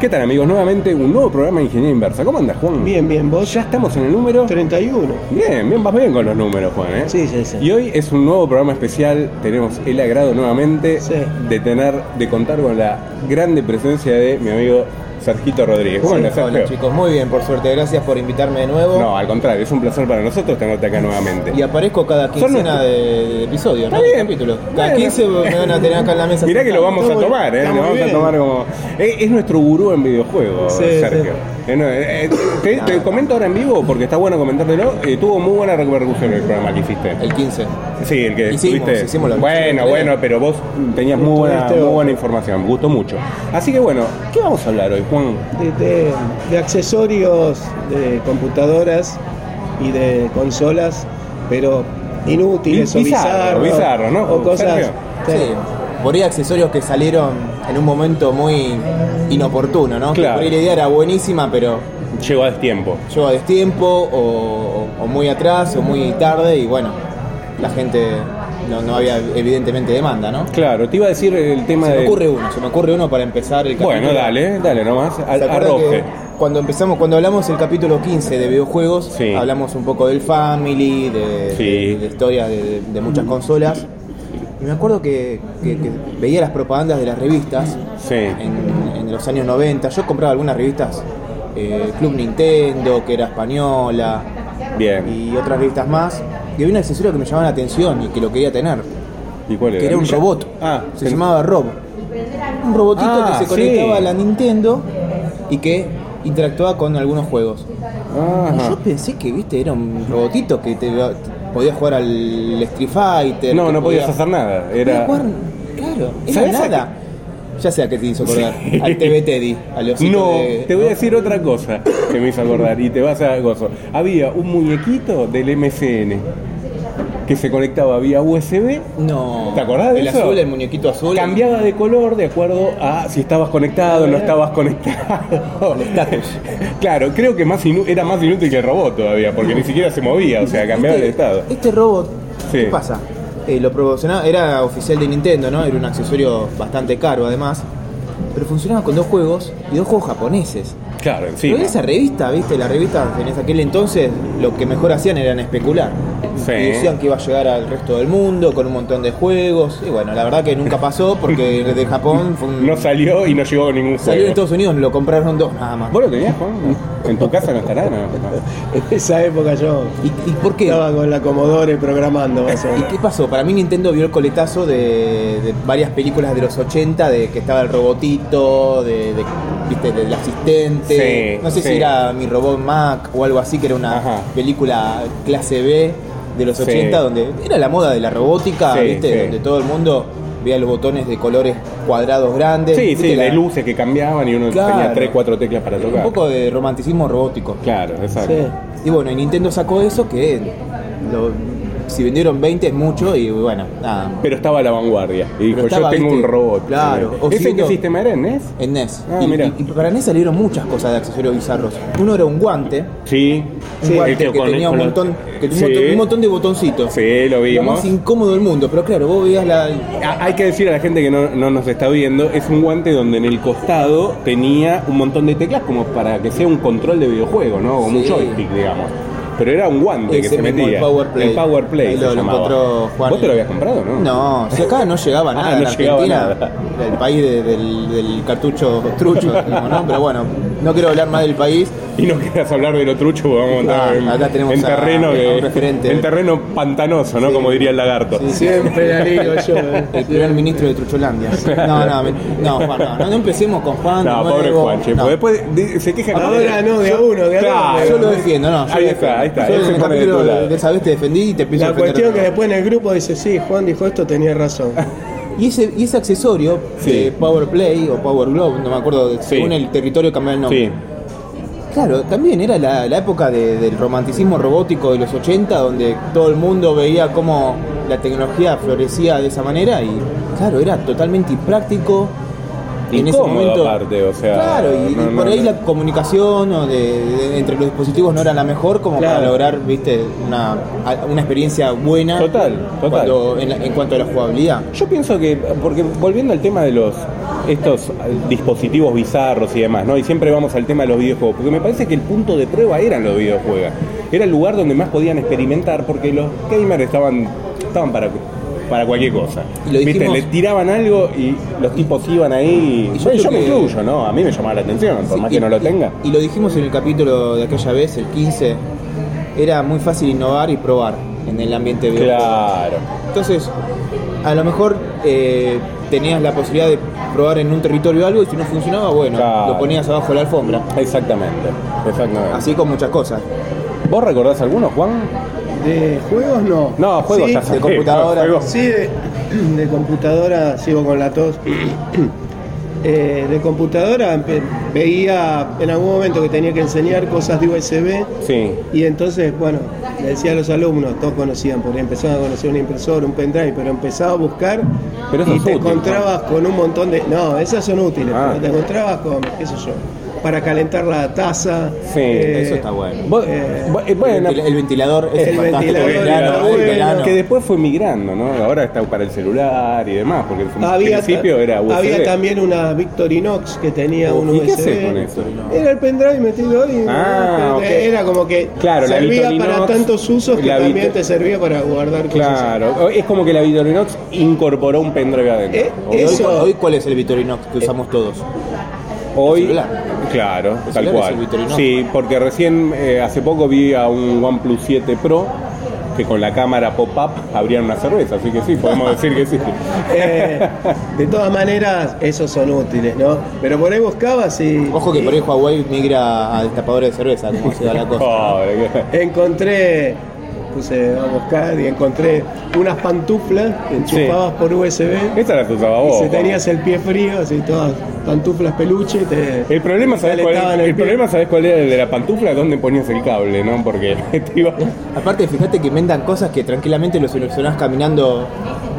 ¿Qué tal amigos? Nuevamente un nuevo programa de Ingeniería Inversa. ¿Cómo andas, Juan? Bien, bien, vos. Ya estamos en el número. 31. Bien, bien, vas bien con los números, Juan, ¿eh? Sí, sí, sí. Y hoy es un nuevo programa especial. Tenemos el agrado nuevamente Sí. de tener, de contar con la grande presencia de mi amigo Sergito Rodríguez. ¿Cómo Hola, andas, Sergio? hola, chicos, muy bien, por suerte, gracias por invitarme de nuevo. No, al contrario, es un placer para nosotros tenerte acá nuevamente. Y aparezco cada quincena nuestros- de, de episodios, Está ¿no? De bien. capítulos. Cada Bueno. 15 me van a tener acá en la mesa. Mirá que lo vamos a Está muy- tomar, ¿eh? está Lo muy vamos a bien. tomar como... Es, es nuestro gurú en videojuegos, Sí, Sergio. Eh, no, eh, eh, te, te comento ahora en vivo, porque está bueno comentártelo, eh, tuvo muy buena repercusión el programa que hiciste. El 15. Sí, el que Hicimos, estuviste- hicimos la- Bueno, la- bueno, pero vos tenías muy buena, Tuviste- muy buena información, me gustó mucho. Así que bueno, ¿qué vamos a hablar hoy, Juan? De, de- de accesorios, de computadoras y de consolas, pero inútiles Y- o bizarro, bizarros. bizarro, ¿no, O cosas. Sergio? Sí. Por ahí accesorios que salieron en un momento muy inoportuno, ¿no? Que Claro. Por ahí la idea era buenísima, pero Llegó a tiempo. llegó a destiempo, o, o muy atrás, o muy tarde, y bueno, la gente no, no había evidentemente demanda, ¿no? Claro, te iba a decir el tema Se de... me ocurre uno, se me ocurre uno para empezar el capítulo. Bueno, dale, dale nomás, a- ¿Se acuerdan arroje. que Cuando empezamos, cuando hablamos el capítulo 15 de videojuegos, Sí. hablamos un poco del family, de, Sí. de- de historias de, de muchas consolas. Y me acuerdo que, que- que veía las propagandas de las revistas Sí. en, en los años 90. Yo compraba algunas revistas, eh, Club Nintendo, que era española, Bien. y otras revistas más. Y había un accesorio que me llamaba la atención y que lo quería tener, ¿Y cuál que era un robot. Ah, se ten- llamaba Rob. Un robotito Ah, que se sí. conectaba a la Nintendo y que interactuaba con algunos juegos. Y Ajá. Yo pensé que, viste, era un robotito que te, te podías jugar al Street Fighter. No, que no podías hacer nada. podías Era. jugar- claro, era ¿Sabés a nada. Ya sé a qué te hizo acordar. Sí. Al TV Teddy, a los No, de- te voy a decir otra cosa que me hizo acordar y te vas a gozo. Había un muñequito del MCN que se conectaba vía USB. No. ¿Te acordás de el eso? azul, el muñequito azul. Cambiaba de color de acuerdo a si estabas conectado o no estabas conectado. estatus. Claro, creo que más inú- era más inútil que el robot todavía, porque ni siquiera se movía, o sea, cambiaba este, de estado. Este robot, Sí. ¿qué pasa? Eh, lo proporcionaba, era oficial de Nintendo, ¿no? Era un accesorio bastante caro además. Pero funcionaba con dos juegos y dos juegos japoneses. Claro, Pero en encima. esa revista, ¿viste? La revista en aquel entonces lo que mejor hacían eran especular. Sí. Y decían que iba a llegar al resto del mundo con un montón de juegos. Y bueno, la verdad que nunca pasó porque de Japón fue un- No salió y no llegó a ningún salió en juego. Estados Unidos, lo compraron dos nada más. ¿Vos lo tenías, Juan? ¿En tu casa no estará? No, no. En esa época yo ¿Y, y por qué? estaba con la Commodore programando, más o ¿Y menos. qué pasó? Para mí Nintendo vio el coletazo de, de varias películas de los 80, de que estaba el robotito, de, de- ¿viste? del asistente. Sí, no sé sí. si era Mi Robot Mac o algo así, que era una Ajá. película clase B de los Sí. 80, donde era la moda de la robótica, Sí, ¿viste? sí. Donde todo el mundo veía los botones de colores cuadrados grandes. Sí, ¿viste? sí, de La- luces que cambiaban y uno Claro. tenía tres, cuatro teclas para Un tocar. poco de romanticismo robótico. Claro, exacto. Sí. Y bueno, y Nintendo sacó eso que lo- si vendieron 20 es mucho y bueno, nada. Pero estaba a la vanguardia. Y dijo, Pero estaba, yo tengo viste, un robot. claro. Sí. O ¿Ese en siendo- qué sistema era, en NES? En NES. Ah, y, mira. y- y para NES salieron muchas cosas de accesorios bizarros. Uno era un guante, Sí. un guante que, tenía un montón, que tenía un montón- un montón de botoncitos. Sí, lo Lo vimos. más incómodo del mundo, pero claro, vos veías la. A- Hay que decir a la gente que no, no nos está viendo, es un guante donde en el costado tenía un montón de teclas como para que sea un control de videojuego, ¿no? Como un Sí. joystick, digamos. Pero era un guante que Ese se mismo, metía. el Power Play. El Power Play Ahí se lo- lo llamaba. encontró Juan. ¿Vos te lo habías comprado, no? No, si acá no llegaba nada Ah, en no llegaba Argentina, nada. era el país de- del, del cartucho trucho, digamos, ¿no? Pero bueno, no quiero hablar más del país. Y no quieras hablar de lo trucho, porque vamos a entrar Ah, en, acá tenemos en a- terreno, a un que- referente. en terreno pantanoso, ¿no? Sí. Como diría el lagarto. Sí, sí. Siempre la digo yo. eh. El primer ministro de Trucholandia. No, no, me- no, Juan, no, no, no empecemos con Juan. No, de pobre nuevo. Juan, che, Ah, No. porque después di- se queja que- Ahora no, de a uno, de a Claro. dos. Yo lo defiendo, no. yo Ahí está, lo defiendo. ahí está, Yo él se en el pone de tu capítulo lado. de, esa vez te defendí y te empiezo a La defender. cuestión de que nuevo. después en el grupo dice, sí, Juan dijo esto, tenía razón. y, ese, y ese accesorio, Sí. de Power Play o Power Glove, no me acuerdo, Sí. según el territorio cambió el nombre. Sí, Claro, también era la, la época de- del romanticismo robótico de los 80, donde todo el mundo veía cómo la tecnología florecía de esa manera y, claro, era totalmente impráctico. en ese Incómodo, momento. aparte, o sea, claro, y, y no, no, por ahí no. la comunicación o de- de- entre los dispositivos no era la mejor como para Claro. lograr, viste, una, a- una experiencia buena. Total, total. cuando- en, la- en cuanto a la jugabilidad. Yo pienso que, porque volviendo al tema de los estos eh, dispositivos bizarros y demás, ¿no? Y siempre vamos al tema de los videojuegos, porque me parece que el punto de prueba eran los videojuegos. Era el lugar donde más podían experimentar, porque los gamers estaban, estaban para, para cualquier cosa. Y lo ¿Viste? dijimos- Le tiraban algo y los tipos iban ahí. Y Y yo, yo creo me que- incluyo, ¿no? A mí me llamaba la atención, por más Sí, que no lo tenga. Y, lo dijimos en el capítulo de aquella vez, el 15, era muy fácil innovar y probar en el ambiente de videojuegos. Claro. Entonces, a lo mejor eh, tenías la posibilidad de probar en un territorio algo y si no funcionaba, bueno, Claro. lo ponías abajo de la alfombra. Exactamente, exactamente. Así con muchas cosas. Eh, ¿Vos recordás alguno, Juan? De juegos no. No, juegos Sí, ya saqué, computadora. juegos- Sí, de, de computadora, sigo con la tos. Eh, de computadora empe- veía en algún momento que tenía que enseñar cosas de USB Sí, y entonces, bueno, le decía a los alumnos, todos conocían, porque empezaban a conocer un impresor, un pendrive, pero empezaba a buscar Pero eso y es te útil, encontrabas con un montón de... No, esas son útiles, Ah. pero te encontrabas con, qué sé yo, para calentar la taza. Sí, Eso está bueno. Vos- eh, vos- eh, el, bueno, ventil- el ventilador es el fantástico. ventilador, verano, está bueno, verano. que después fue migrando, ¿no? Ahora está para el celular y demás, porque en Había, principio era USB. había también una Victorinox que tenía un Oh, ¿Y USB. qué haces con eso? Era el pendrive metido ahí. Ah, ok. Era como que Claro, la servía Victorinox, para tantos usos que la también Victor- te servía para guardar cosas. Claro, es como que la Victorinox incorporó un pendrive adentro. Eh, Hoy- Hoy- Eso. Hoy, ¿cuál es el Vitorinox que usamos todos? Hoy, el celular. claro, tal El celular es el cual. Victorinox. Sí, porque recién, eh, hace poco vi a un OnePlus 7 Pro que con la cámara pop-up abrían una cerveza, así que sí, podemos decir que sí. Eh, de todas maneras, esos son útiles, ¿no? Pero por ahí buscabas y Ojo que por ahí Huawei migra a destapadores de cerveza, como se da la cosa. Pobre, que- encontré, puse a buscar y encontré unas pantuflas que enchufabas por USB. Esa la usaba Y vos. si tenías el pie frío, así todas pantuflas peluche, te, El problema, te ¿sabes cuál, calentaban el el pie. problema, ¿sabes cuál era? El de la pantufla, ¿dónde ponías el cable, no? Porque te iba... Aparte, fíjate que inventan cosas que tranquilamente lo solucionás caminando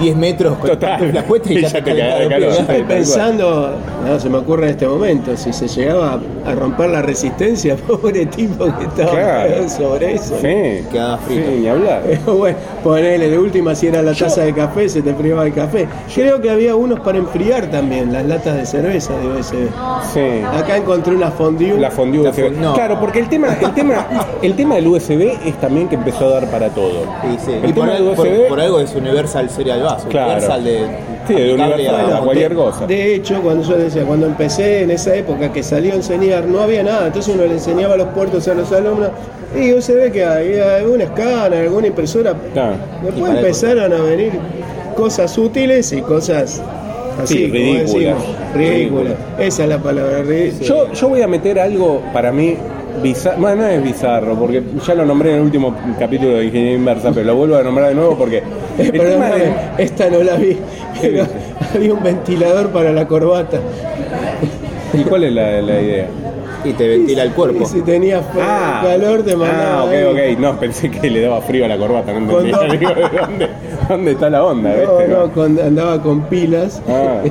10 metros con Total. la puesta y, Y ya ya te, te calentás cagás de los calor. pies. Estoy Tal cual. pensando, no se me ocurre en este momento, si se llegaba a romper la resistencia, pobre tipo que estaba Claro. sobre eso. Sí, Quedaba frito. Sí, ni hablar. Pero bueno, ponele de última si era la taza de café, se te privaba el café. Creo que había unos para enfriar también, las latas de cerveza de USB. Sí. Acá encontré una fondue. La fondue La USB. fon- no. Claro, porque el tema, el tema, el tema del USB es también que empezó a dar para todo. Y, sí, El y por, tema del al- USB, por- por algo es Universal Serial Bus, Claro. Universal de. sí, de aplicable universal, a- a cualquier cosa. De hecho, cuando yo decía, cuando empecé en esa época que salí a enseñar, no había nada, entonces uno le enseñaba los puertos a los alumnos y se ve que había algún escáner, alguna impresora. Claro. Y Después para empezaron a venir cosas útiles y cosas así, Sí, como ridículas. decimos, ridículas. Ridículas. Esa es la palabra, ridícula. Yo, yo voy a meter algo para mí bizarro. Bueno, no es bizarro, porque ya lo nombré en el último capítulo de Ingeniería Inversa, pero lo vuelvo a nombrar de nuevo porque. el tema Perdóname, de- esta no la vi, pero dice? había un ventilador para la corbata. ¿Y cuál es la, la idea? Y te ventila el cuerpo. Y si tenías calor, te mandaba. Ah, ok, ahí. ok. No, pensé que le daba frío a la corbata, no Con entendía. dos- Digo, ¿de dónde, dónde está la onda? No, viste? no, con- andaba con pilas. Ah,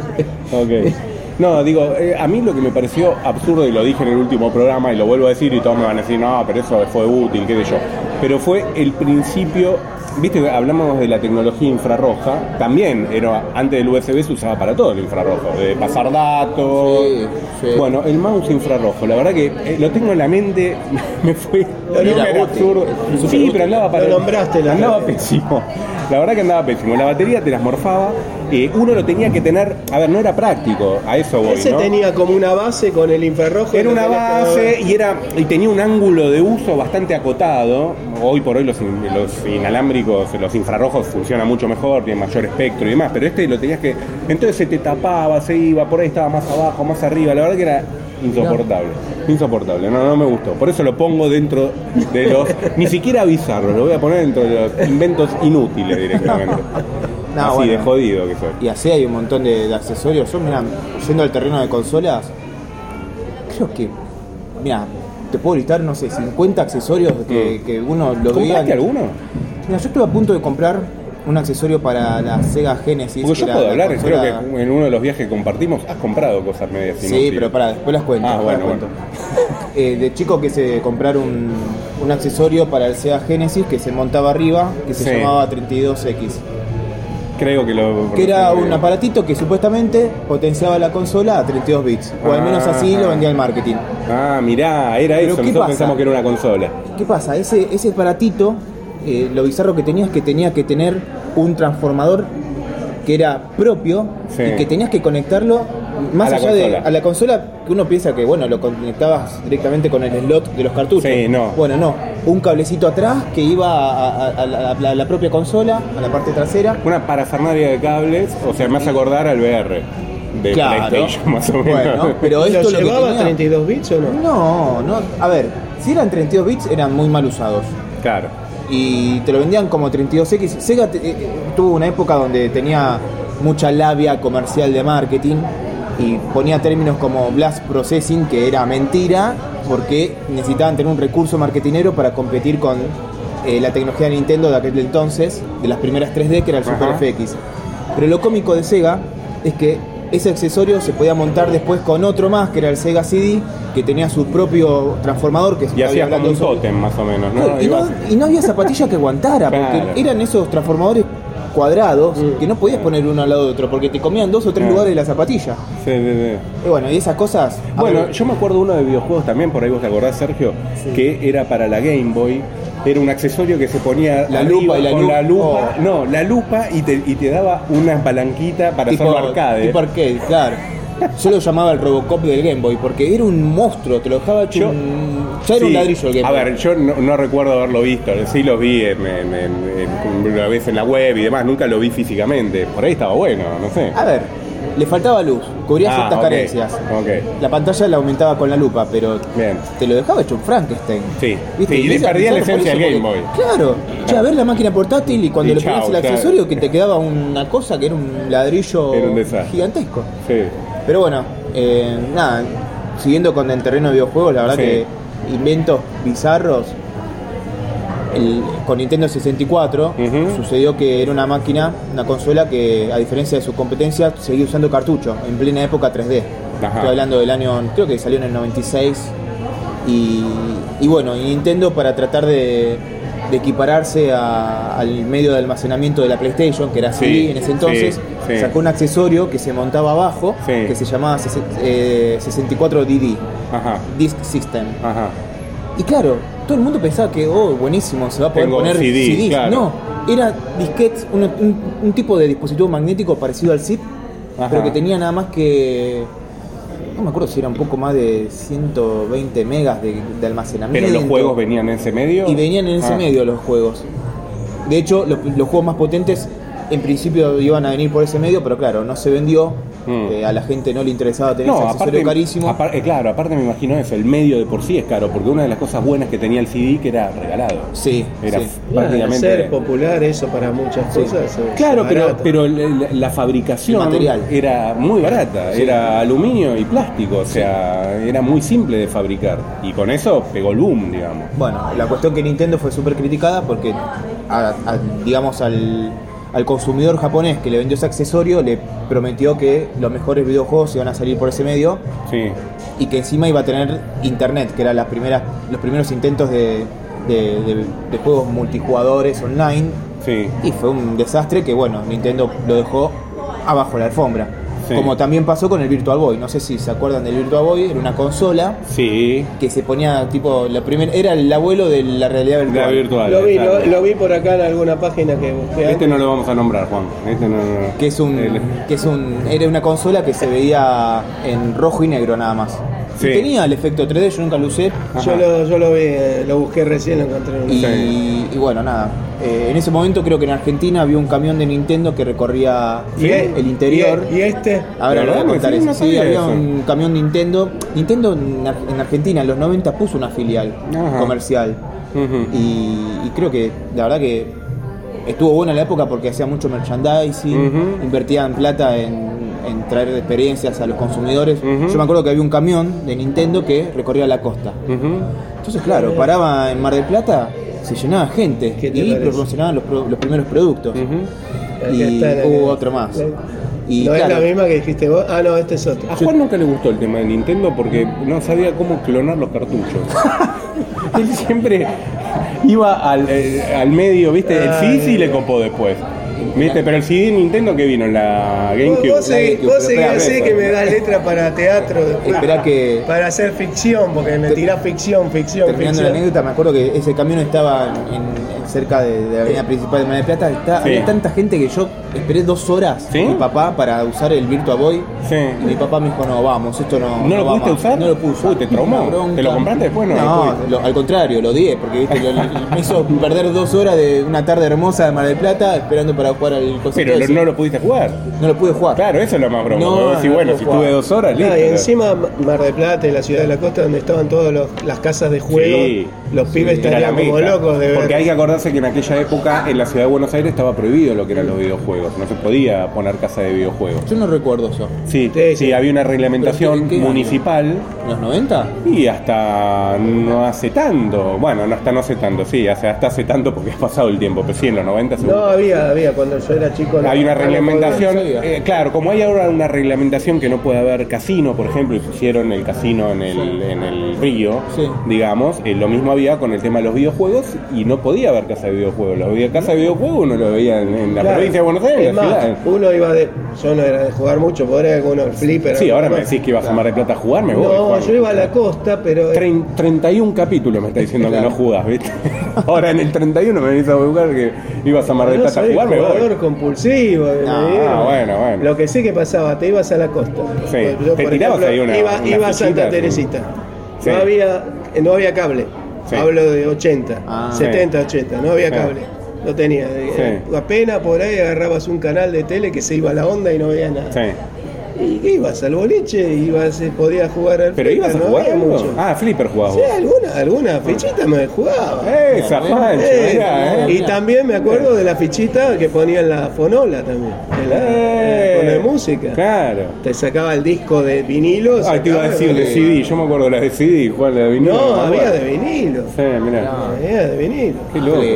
ok. No, digo, eh, a mí lo que me pareció absurdo, y lo dije en el último programa, y lo vuelvo a decir, y todos me van a decir, no, pero eso fue útil, qué sé yo. Pero fue el principio, viste, hablamos de la tecnología infrarroja, también era, antes del USB se usaba para todo el infrarrojo, de pasar datos. Sí, sí. Bueno, el mouse infrarrojo, la verdad que eh, lo tengo en la mente, me fue Era era útil, absurdo. súper Sí, útil. pero andaba para. Lo nombraste la andaba verdad. pésimo. La verdad que andaba pésimo. La batería te las morfaba. eh, uno lo tenía que tener. A ver, no era práctico. A eso voy. Ese ¿no? tenía como una base con el infrarrojo. Era y una lo tenías que base mover. y, era, y tenía un ángulo de uso bastante acotado. Hoy por hoy los, in- los inalámbricos, los infrarrojos funcionan mucho mejor, tienen mayor espectro y demás, pero este lo tenías que... Entonces se te tapaba, se iba, por ahí estaba más abajo, más arriba, la verdad que era insoportable. Insoportable, no, no me gustó. Por eso lo pongo dentro de los... ni siquiera bizarro, lo voy a poner dentro de los inventos inútiles directamente. No, Así bueno. de jodido que soy. Y así hay un montón de, de accesorios. Yo, mira, yendo al terreno de consolas, creo que. Mira, te puedo listar, no sé, 50 accesorios que, Mm. que uno lo veía. ¿Compraste alguno? Mira, yo estuve a punto de comprar un accesorio para la Sega Genesis. Porque yo que era puedo la hablar, creo consola- que en uno de los viajes que compartimos has comprado cosas medias Sí, inútiles. pero para, después las cuento. Ah, después bueno, las cuento. Eh, de chico que se compraron un, un accesorio para el Sega Genesis que se montaba arriba, que se Sí. llamaba 32X. Creo que lo. Que era un aparatito que supuestamente potenciaba la consola a 32 bits. O al menos así Ajá. lo vendía el marketing. Ah, mirá, era Pero eso. ¿qué Nosotros pasa? pensamos que era una consola. ¿Qué pasa? Ese, ese aparatito, eh, lo bizarro que tenía es que tenía que tener un transformador que era propio Sí. y que tenías que conectarlo más A la allá de consola. a la consola que uno piensa que bueno lo conectabas directamente con el slot de los cartuchos Sí, no. bueno no un cablecito atrás que iba a, a- a la, a la- a la propia consola a la parte trasera Una parafernalia de cables, o sea, me hace acordar al VR. De PlayStation, más o menos. bueno pero esto ¿Lo lo que llevaba tenía- 32 bits o no? no no a ver si eran 32 bits eran muy mal usados Claro. y te lo vendían como 32X. Sega te- eh, tuvo una época donde tenía mucha labia comercial de marketing y ponía términos como blast processing, que era mentira, porque necesitaban tener un recurso marketinero para competir con eh, la tecnología de Nintendo de aquel entonces, de las primeras 3D, que era el Super Ajá. FX. Pero lo cómico de Sega es que ese accesorio se podía montar después con otro más, que era el Sega CD, que tenía su propio transformador, que Y estaba hacías como hablando un sobre- tótem, más o menos, ¿no? Claro, y, no, Ibas- y no había zapatilla que aguantara, Claro. porque eran esos transformadores cuadrados Mm. que no podías poner uno al lado de otro, porque te comían dos o tres Claro. lugares de la zapatilla. Sí, sí, sí. Y bueno, y esas cosas. a Bueno, ver, yo me acuerdo uno de videojuegos también, por ahí vos te acordás, Sergio, que era para la Game Boy. Era un accesorio que se ponía La arriba lupa y la con lu- la lupa. oh. No, la lupa y te, y te daba una palanquita para tipo, hacerlo arcade. tipo arcade, claro. Yo lo llamaba el Robocop del Game Boy, porque era un monstruo, te lo dejaba hecho Yo- un- Ya era un Sí. ladrillo el Game A Boy. ver, yo no, no recuerdo haberlo visto. Sí los vi en, en- en- en- una vez en la web y demás. Nunca lo vi físicamente. Por ahí estaba bueno, no sé. A ver, le faltaba luz, cubría Ah, ciertas ok, carencias. ok. La pantalla la aumentaba con la lupa, pero Bien. te lo dejaba hecho un Frankenstein. Sí, ¿Viste? sí, y le ella- perdía la quizás esencia por eso, del Game porque- Claro, ya ver la máquina portátil y cuando Y le chau, ponías el claro. accesorio que te quedaba una cosa que era un ladrillo Era un desastre. gigantesco. Sí. Pero bueno, eh, nada, siguiendo con el terreno de videojuegos, la verdad Sí. que inventos bizarros. El- con Nintendo 64 Ujú. sucedió que era una máquina, una consola que a diferencia de su competencia seguía usando cartucho en plena época 3D. Ajá. Estoy hablando del año, creo que salió en el 96. Y, y bueno, y Nintendo para tratar de, de equipararse a- al medio de almacenamiento de la PlayStation, que era así Sí, en ese entonces, sí, sí. sacó un accesorio que se montaba abajo, Sí. que se llamaba sesen- eh, 64DD, Ajá. Disk System. Ajá. Y claro, todo el mundo pensaba que, oh, buenísimo, se va a poder Tengo poner CD, CDs. claro. No, era disquetes, un, un- un tipo de dispositivo magnético parecido al zip, Ajá. pero que tenía nada más que. No me acuerdo si era un poco más de 120 megas de, de almacenamiento. Pero los juegos venían en ese medio. Y venían en ese Ah. medio los juegos. De hecho, los, los juegos más potentes en principio iban a venir por ese medio, pero claro, no se vendió. Mm. Eh, a la gente no le interesaba tener ese No, accesorio aparte, carísimo. apar- eh, claro, aparte me imagino eso, el medio de por sí es caro, porque una de las cosas buenas que tenía el CD que era regalado. sí, Era sí. Bueno, prácticamente... ser popular eso para muchas Sí. cosas. es Claro, pero, barato. pero la, la- la fabricación El material. era muy barata, era aluminio y plástico, o sea, era muy simple de fabricar. Y con eso pegó el boom, digamos. Bueno, la cuestión que Nintendo fue súper criticada porque, a- a- digamos, al, al consumidor japonés que le vendió ese accesorio le prometió que los mejores videojuegos iban a salir por ese medio Sí, y que encima iba a tener internet, que eran las primeras, los primeros intentos de, de- de- de juegos multijugadores online. sí. Y fue un desastre que, bueno, Nintendo lo dejó abajo la alfombra. Sí. Como también pasó con el Virtual Boy. No sé si se acuerdan del Virtual Boy, era una consola Sí, que se ponía tipo la primera era el abuelo de la realidad la virtual. virtual. Lo vi, claro. lo, lo vi por acá en alguna página que busqué. Este no lo vamos a nombrar, Juan. Este no, no, no. Que es un El- que es un era una consola que se veía en rojo y negro nada más. Sí. Y tenía el efecto 3D, yo nunca lo usé. Yo Ajá. lo, yo lo vi, eh, lo busqué recién, lo encontré. en una- Y, Sí. y bueno, nada. Eh, en ese momento creo que en Argentina había un camión de Nintendo que recorría ¿Y e- el interior. ¿Y, e- y este? Ahora ¿De lo voy a verdad? contar Sí, eso. no Sí, sabía había eso. un camión Nintendo. Nintendo en, Ar- en Argentina en los 90 puso una filial Ajá. comercial. Ujú. Y, y creo que la verdad que estuvo buena la época porque hacía mucho merchandising, Ujú. invertían plata en, en traer experiencias a los consumidores. Ujú. Yo me acuerdo que había un camión de Nintendo que recorría la costa. Ujú. Entonces, claro, paraba en Mar del Plata se llenaba de gente ¿Qué te y parece? promocionaban los, pro- los primeros productos. Acá Y está la- hubo otro más. la- Y ¿No es claro, la misma que dijiste vos? Ah, no, este es otro. A Juan nunca le gustó el tema de Nintendo porque no sabía cómo clonar los cartuchos. Él siempre iba al, eh, al medio, ¿viste? El CD sí le copó después. ¿Viste? Pero el CD de Nintendo que vino en la Vos, GameCube. vos seguí- GameCube, vos pero seguí espera, así espera. que me das letra para teatro después. Esperá que- Para hacer ficción, porque me tirás ficción, ficción, terminando la ficción. anécdota, me acuerdo que ese camión estaba en, en- cerca de, de la avenida principal de Mar del Plata. Está, Sí. Había tanta gente que yo esperé dos horas ¿Sí? mi papá para usar el Virtua Boy. Y Sí. mi papá me dijo, no, vamos, esto no. ¿No lo va pudiste más". usar? No lo pude usar. Uy, ¿te traumó? Una bronca. ¿Te lo compraste después? No, No, después. lo- al contrario, lo odié, porque viste, lo- me hizo perder dos horas de una tarde hermosa de Mar del Plata esperando para jugar al cosito Pero lo- ese. no lo pudiste jugar. No lo pude jugar. Claro, eso es lo más broma. No, porque vos decís, no bueno, lo si jugaba. tuve dos horas, listo. Ah, y encima Mar del Plata y la ciudad de la costa donde estaban todas las casas de juego, Sí, los pibes Era la estarían como meca. locos de ver. Porque hay que acordarse que en aquella época en la ciudad de Buenos Aires estaba prohibido lo que eran los videojuegos. No se podía poner casa de videojuegos. Yo no recuerdo eso. Sí, Sí, sí, sí. había una ¿Pero reglamentación qué- qué año? municipal ¿En los 90? y hasta no hace tanto, bueno, no hasta no hace tanto, sí, hace- hasta hace tanto porque ha pasado el tiempo, pero sí, en los 90 seguro. No, había, había, cuando yo era chico. no- Hay una no lo reglamentación, no sabía. eh, claro, como hay ahora una reglamentación que no puede haber casino, por ejemplo, y pusieron el casino en el, en el río, Sí. digamos, eh, lo mismo había con el tema de los videojuegos y no podía haber casa de videojuegos. Los veía casa de videojuegos uno lo veía en, en la Claro. provincia de Buenos Aires, Es en la más, ciudad. eh. uno iba de. Yo no era de jugar mucho, podría era alguno el flipper. Sí, algo ahora me más. decís que ibas a Mar de Plata a jugar, me voy. No, Juan. yo iba a la costa, pero. eh, Trein- 31 capítulos me está diciendo Claro. que no jugás, ¿viste? Ahora en el 31 me venís a buscar que ibas a Mar del No Plata a soy jugar, me voy. Ah, jugador compulsivo. me No, dieron. bueno, bueno. Lo que sí que pasaba, te ibas a la costa. Sí, te tirabas ahí una- Iba, una iba a Santa fichita, sí. Teresita. Sí. No, había, no había cable. Sí. Hablo de 80, Ah. 70, 80. No había Sí. cable. No tenía. eh, Sí. Apenas por ahí agarrabas un canal de tele que se iba a la onda y no veía nada. Sí. Y ibas al boliche, ibas, eh, podías jugar al Pero ibas a FIFA, no jugar había algo? mucho. Ah, Flipper jugabas Sí, vos. alguna, alguna fichita me jugaba. ¡Eh, Zafancho! Eh, mirá, Y eh. también me acuerdo de la fichita que ponía en la fonola también. en la- Eh, Con la música. Claro. Te sacaba el disco de vinilo. Ay, Ah, te iba a sacaba- decir de CD, yo me acuerdo de las de CD, Juan, la de vinilo. eh. No, me había acuerdo. de vinilo. Sí, mirá. No. Había de vinilo. Qué loco. Sí.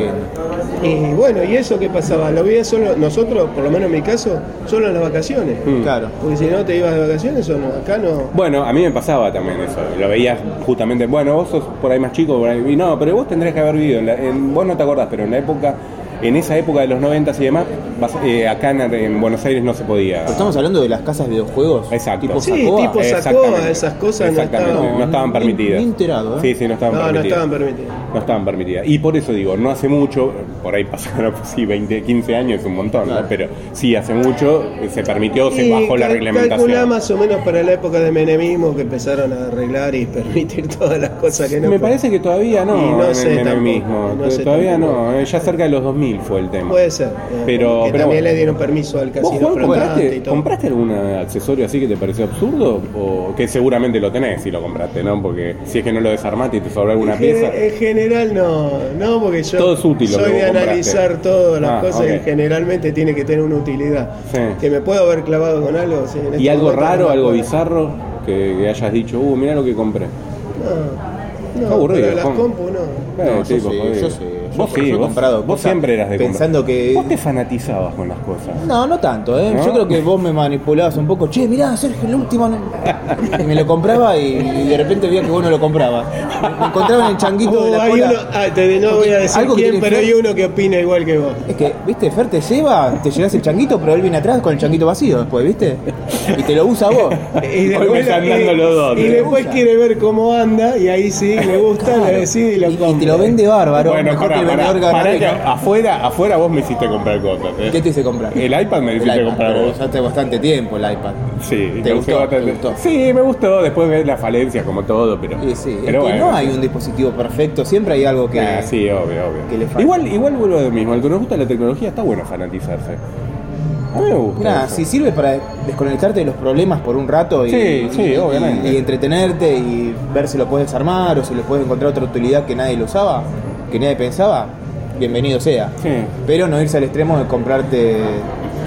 Y bueno, ¿y eso qué pasaba? Lo veía solo, nosotros, por lo menos en mi caso, solo en las vacaciones. Mm. Claro. Porque si no te ibas de vacaciones o no, acá no. Bueno, a mí me pasaba también eso. Lo veías justamente, bueno, vos sos por ahí más chico, por ahí, y no, pero vos tendrías que haber vivido. en la- en- vos no te acordás, pero en la época, en esa época de los 90 y demás, vas- eh, acá en, en Buenos Aires no se podía. Estamos hablando de las casas de videojuegos. Exacto. Tipo Sí, Sacoa. tipo Eh, Exactamente. Sacoa, esas cosas no Exactamente, estaban- no estaban ni- permitidas. ni enterado, ¿eh? Sí, sí, no estaban No, no permitidas. estaban permitidos. No estaban permitidas. Y por eso digo, no hace mucho, por ahí pasaron, pues sí, 20, 15 años es un montón, Claro. ¿no? Pero sí, hace mucho eh, se permitió, se Y bajó la cal- calculá reglamentación. más o menos para la época de menemismo que empezaron a arreglar y permitir todas las cosas que no. Me parece que todavía no, Y no en el sé tampoco, menemismo. no sé todavía tampoco. no, eh, ya cerca de los 2000 fue el tema. Puede ser. eh, Pero- que pero también bueno. le dieron permiso al ¿Vos, casino Juan, flotante y compraste, todo. compraste algún accesorio así que te pareció absurdo? O que seguramente lo tenés si lo compraste, ¿no? Porque si es que no lo desarmaste y te sobró alguna En gen- pieza. En general no, no, porque yo Todo es útil lo soy que vos de compraste. analizar todas las Ah, cosas ok. y generalmente tiene que tener una utilidad. Sí. Que me puedo haber clavado con algo. sí, en ¿Y este algo momento raro, no me algo acuerdo. bizarro que, que hayas dicho, uh, mira lo que compré? No, Está no, aburrido, pero las Juan. compu no. Claro, No, yo Eh, tipo, sí, jodido. yo sí, yo Vos sí, sí, yo he vos, comprado vos cosas siempre eras de pensando comprar. que- Vos te fanatizabas con las cosas. No, no tanto, ¿eh? ¿No? Yo creo que vos me manipulabas un poco. Che, mirá, Sergio, el último. no-". Y me lo compraba y, y de repente veía que vos no lo comprababas. Me encontraba en el changuito de Oh, la hay cola. uno, ah, te- no voy a decir Algo que quién, tiene pero que- hay uno que opina igual que vos. Es que, viste, Fer te lleva, te llevas el changuito, pero él viene atrás con el changuito vacío después, ¿viste? Y te lo usa vos. Y Hoy me están dando los dos, y ¿eh? después Usa. quiere ver cómo anda y ahí sí le gusta, le decide y lo Y- y compra. te lo vende bárbaro. bueno, mejor pará, que el pará, vendedor pará que garrateca. afuera, afuera vos me hiciste comprar cosas. ¿eh? ¿Qué te hice comprar? El iPad me lo El hiciste iPad, comprar pero vos. usaste bastante tiempo el iPad. Sí, ¿Te lo gustó? usé bastante. ¿Te gustó? Sí, me gustó. Después ves las falencias como todo, pero. Y sí, es pero que bueno, no hay sí. un dispositivo perfecto, siempre hay algo que. Ah, sí, obvio, obvio. que le falta. igual, igual vuelvo a lo mismo. Al que nos gusta la tecnología está bueno fanatizarse. A mí me gusta. Mirá, eso. si sirve para desconectarte de los problemas por un rato y, Sí, sí, y- obviamente. y entretenerte y ver si lo puedes desarmar o si le puedes encontrar otra utilidad que nadie lo usaba, que nadie pensaba, bienvenido sea. Sí. Pero no irse al extremo de comprarte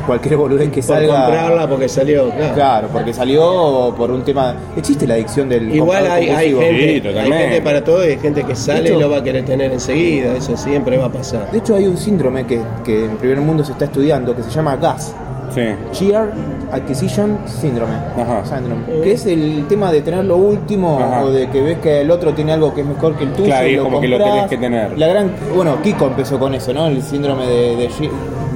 cualquier boludez que Por salga. comprarla porque salió. claro. Claro, porque salió por un tema. Existe la adicción del. Igual comprador hay, hay, compulsivo. Sí, gente, hay totalmente. gente para todo y hay gente que sale hecho- y lo va a querer tener enseguida. Eso siempre va a pasar. De hecho, hay un síndrome que, que en primer mundo se está estudiando que se llama GAS. Sí. Cheer Acquisition Syndrome. Ajá. Syndrome. Que es el tema de tener lo último Ajá. o de que ves que el otro tiene algo que es mejor que el tuyo. Claro, y y es lo como que lo comprás. tenés que tener. La gran, bueno, Kiko empezó con eso, ¿no? El síndrome de, de G-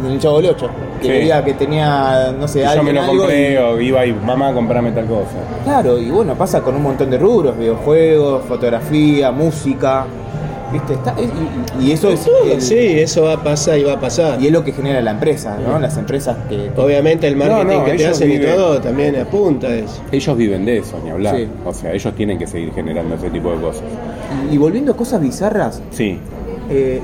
del Chavo del 8. Que Sí. veía que tenía, no sé, Yo me alguien lo algo y- compré o iba y mamá, comprame tal cosa. Claro, y bueno, pasa con un montón de rubros, videojuegos, fotografía, música. ¿Viste? Está- es- y, y eso es, el- Sí, eso va a pasar y va a pasar. y es lo que genera la empresa, ¿no? Las empresas que. Obviamente el marketing No, no, que te ellos hacen y viven- todo también apunta a eso. Ellos viven de eso, ni hablar. Sí. O sea, ellos tienen que seguir generando ese tipo de cosas. Y volviendo a cosas bizarras, Sí. eh,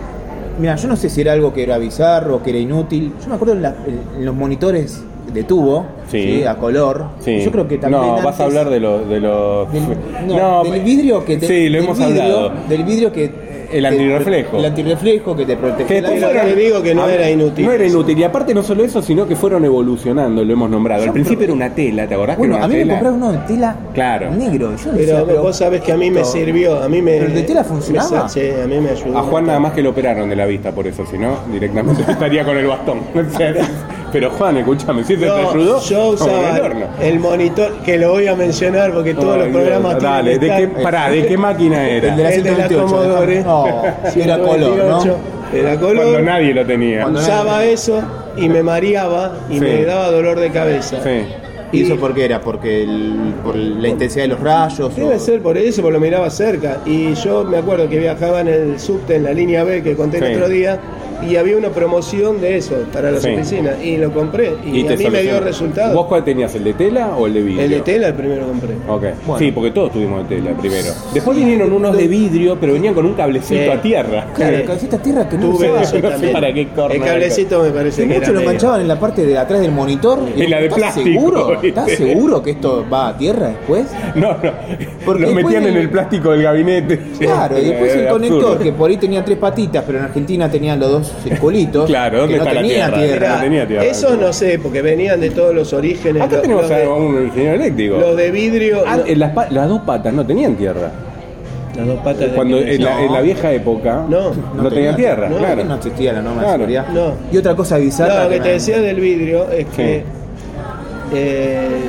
mira, yo no sé si era algo que era bizarro, que era inútil. Yo me acuerdo en, la- en los monitores de tubo, Sí. a color. Sí. Yo creo que también. No, vas antes a hablar de los. De los... Del, no, del pe- vidrio que te. Sí, lo del hemos vidrio- hablado. Del vidrio que. El te- antirreflejo. El antirreflejo que te protege. Que después Lo que fueron- te digo que no a ver, era inútil. No era inútil. Y aparte no solo eso, sino que fueron evolucionando, lo hemos nombrado. Al principio era una tela, ¿te acordás Bueno, que era a una mí me tela? compraron uno de tela Claro. negro. Yo decía, Pero, vos sabés que a mí me esto- sirvió, a mí me... ¿Pero el de tela funcionaba? me sa- sí, a mí me ayudó. A Juan nada más que lo operaron de la vista por eso, si no, directamente estaría con el bastón. O sea, Pero Juan, escúchame, si te No, ayudó, yo como en usaba el el, horno. monitor, que lo voy a mencionar porque todos los Ay, programas Dios, tienen Dale, ¿de qué, esta- pará, ¿de qué máquina El de la era? El de la 128, Commodore. dejame- No, era color, 128, ¿no? Era Cuando color, nadie lo tenía. Cuando- usaba eso y me mareaba y Sí. me daba dolor de cabeza. Sí. ¿Y eso por qué era? ¿Porque el- por la intensidad de los rayos? o- Debe ser por eso, porque lo miraba cerca. Y yo me acuerdo que viajaba en el subte, en la línea B que conté Sí. el otro día, y había una promoción de eso para las Sí. oficinas. Y lo compré. Y, Y a te mí me dio solucionó. resultado. ¿Vos cuál tenías, el de tela o el de vidrio? El de tela el primero compré. Ok. Bueno. Sí, porque todos tuvimos de tela primero. Después vinieron unos de vidrio, pero venían con un cablecito Sí. a tierra. Claro, Sí. cabecita tierra que no Tuve usaba. eso no sé también. para qué corno el cablecito me parece Que que muchos era lo medio. manchaban en la parte de atrás del monitor. Y la de ¿Estás plástico, Seguro? ¿viste? ¿Estás seguro que esto va a tierra después? No, no. Porque Los después metían en del- el plástico del gabinete. Claro, y después el Era conector absurdo. que por ahí tenía tres patitas, pero en Argentina tenía los dos circulitos. Claro, que ¿dónde no está la tenía tierra? Mirá, No tenía tierra. eso no sé, porque venían de todos los orígenes. Acá Los- tenemos los a de- un ingeniero eléctrico. los de vidrio. Ah, no- en las, pa- las dos patas no tenían tierra. las dos patas de Cuando en la, No. en la vieja época No. no tenían tierra, no, claro. No existía la norma Claro. de seguridad. No. Y otra cosa bizarra. No, lo que me- te decía del vidrio es que eh,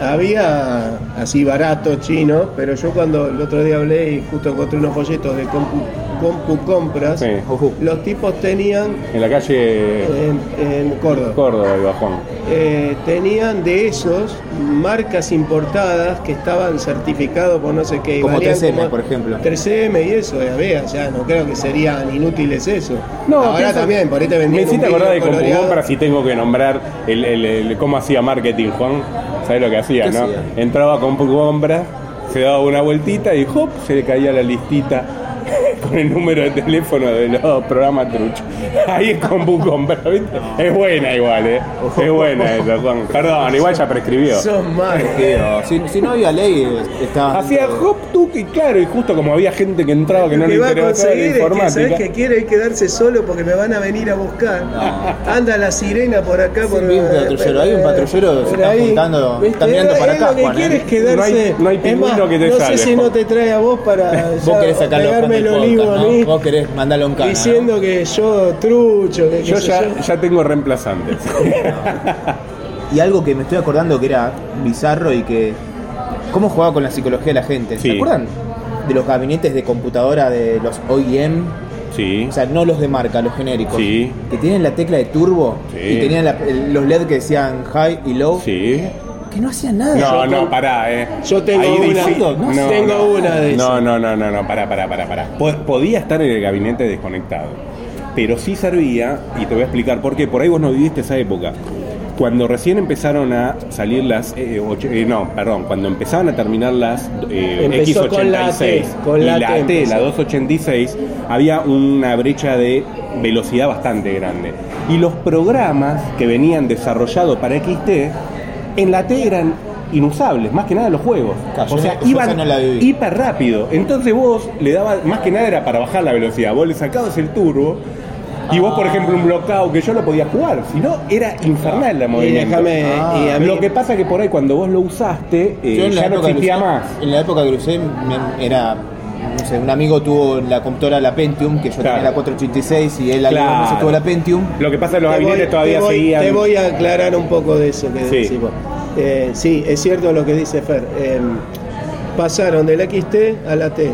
había así barato chino, pero yo cuando el otro día hablé y justo encontré unos folletos de compu, Compu compras, Sí. Ujú. los tipos tenían En la calle en, en Córdoba. Córdoba y Bajón. eh, tenían de esos marcas importadas que estaban certificados por no sé qué. y Como valían 3M, por ejemplo. 3M y eso, eh, ya vea, ya no creo que serían inútiles eso. ahora pienso- también, por ahí te Me vendían. un hiciste acordar de vidrio coloreado. Compucompra si tengo que nombrar el, el- el- cómo hacía marketing, Juan. ¿Sabes lo que hacía, ¿Qué no? hacía? Entraba con Compucompra, se daba una vueltita y hop, se le caía la listita con el número de teléfono de los programas trucho. Ahí es Compucompra, ¿viste? Es buena igual, ¿eh? Es buena esa, Juan. Perdón, igual ya prescribió. Sos malo. Pero oh, Si, si no había ley, eh, estaba. Hacía hop, tuk y claro, y justo como había gente que entraba que no Lo le que va a interesaba la conseguir es que sabes informática. que quiere quedarse solo porque me van a venir a buscar. Anda la sirena por acá. Sí, por vi un patrullero, hay un patrullero que se por está ahí. apuntando, ¿Viste? está mirando Él- para él acá, Lo que Juan, quiere ¿eh? es quedarse. No hay- no hay Es pingüino más, que te No sale, sé si Juan. no te trae a vos para Vos ya querés sacarlo pegarme el olivo a mí Vos querés mandarlo a un cana, diciendo que yo trucho. Que, qué Yo sé ya, ya tengo reemplazantes. ¿no? Y algo que me estoy acordando que era bizarro y que. ¿Cómo jugaba con la psicología de la gente? Sí. ¿Se acuerdan? De los gabinetes de computadora de los OEM. sí. O sea, no los de marca, los genéricos. Sí. Que tenían la tecla de turbo Sí. y tenían la- el- los LED que decían high y low. Sí. Que no hacían nada. No, Yo no, pará, eh. Yo tengo una. No, tengo una de No, esas. no, no, no, no, pará, pará, pará, pará. Po- Podía estar en el gabinete desconectado. Pero sí servía, y te voy a explicar por qué. Por ahí vos no viviste esa época. Cuando recién empezaron a salir las. eh, ocho- eh, no, perdón, cuando empezaban a terminar las eh, Empezó X86 con la T, con y la la T T, la empezó. 286, había una brecha de velocidad bastante grande. Y los programas que venían desarrollados para XT, en la T eran inusables, más que nada los juegos. Claro, o yo sea, no- yo iban esa no la viví. hiper rápido. Entonces vos le dabas, más que nada era para bajar la velocidad, vos le sacabas el turbo Y vos, por ejemplo, un blockout que yo lo podía jugar, si no, era infernal la Y movimiento. déjame. Ah. y a mí- Lo que pasa es que por ahí cuando vos lo usaste, eh, Yo en la ya no época que existía usé- más. En la época que lo usé, me- era. No sé, un amigo tuvo la computadora la Pentium, que yo Claro. tenía la 486 y él la Claro. se tuvo la Pentium. Lo que pasa es que los Te voy- gabinetes todavía te voy, seguían. Te voy a aclarar un poco de eso que Sí. decís vos. Eh, sí, es cierto lo que dice Fer. Eh, pasaron del XT a la T.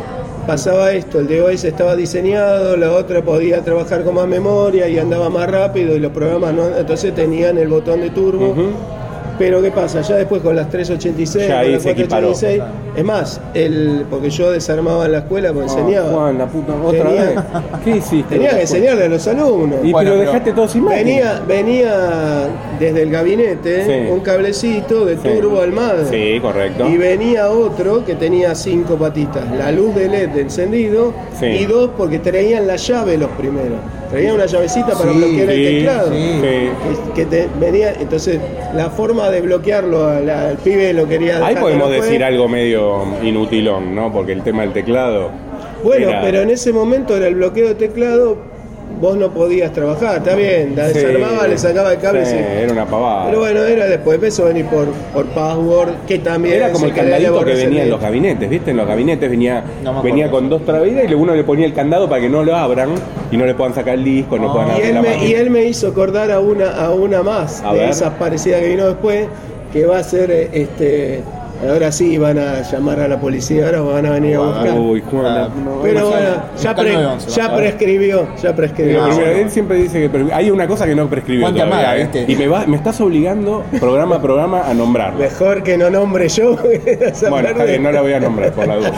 Pasaba esto, el DOS estaba diseñado, la otra podía trabajar con más memoria y andaba más rápido y los programas no, entonces tenían el botón de turbo. Ujú. Pero ¿qué pasa? Ya después con las 386, Ya con ahí las se equiparó. 486, es más, el, porque yo desarmaba en la escuela, porque enseñaba, Ah, Oh, Juan, la puta, otra Pues Tenía- vez. ¿Qué hiciste? tenía que enseñarle a los alumnos. Y Bueno, pero pero- dejaste todo sin máquina. Venía, venía desde el gabinete Sí. un cablecito de Sí. turbo al madre. Sí, correcto. Y venía otro que tenía cinco patitas, la luz de LED de encendido Sí. y dos porque traían la llave los primeros. Traían una llavecita para Sí, bloquear el Sí, teclado. sí. Que, que te- venía, entonces la forma de bloquearlo al, al pibe lo quería dejar Ahí que podemos no fue. decir algo medio inutilón, ¿no? Porque el tema del teclado. Bueno, era- pero en ese momento era el bloqueo de teclado, vos no podías trabajar, está bien, la Sí, desarmaba, le sacaba el cable y sí, se- Era una pavada. Pero bueno, era después de eso venir por, por password, que también Era es como el que le candadito que borras el venía en dedo. los gabinetes, ¿viste? En los gabinetes venía, No me venía acuerdo. con dos traveras y uno le ponía el candado para que no lo abran y no le puedan sacar el disco, no Ah. puedan Y abrir él, la me, máquina. y él me hizo acordar a una, a una más, A de ver. esas parecidas que vino después, que va a ser eh, este. Ahora sí van a llamar a la policía, ahora van a venir a Guau, buscar. Uy, Juan, Ah, no, Pero no, bueno, no, ya, buscar pre- 911, ya va. prescribió, ya prescribió. Pero Ah, primero, bueno. él siempre dice que prescri- hay una cosa que no prescribió Juan te todavía, amaga, ¿eh? ¿viste? Y me va, me estás obligando programa a programa a nombrarla. Mejor que no nombre yo. porque vas a Bueno, está perder. bien, no la voy a nombrar por la duda.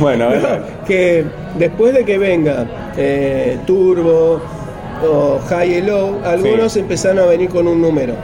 Bueno, a ver. No, que después de que venga eh, Turbo o High y Low, algunos Sí. empezaron a venir con un número.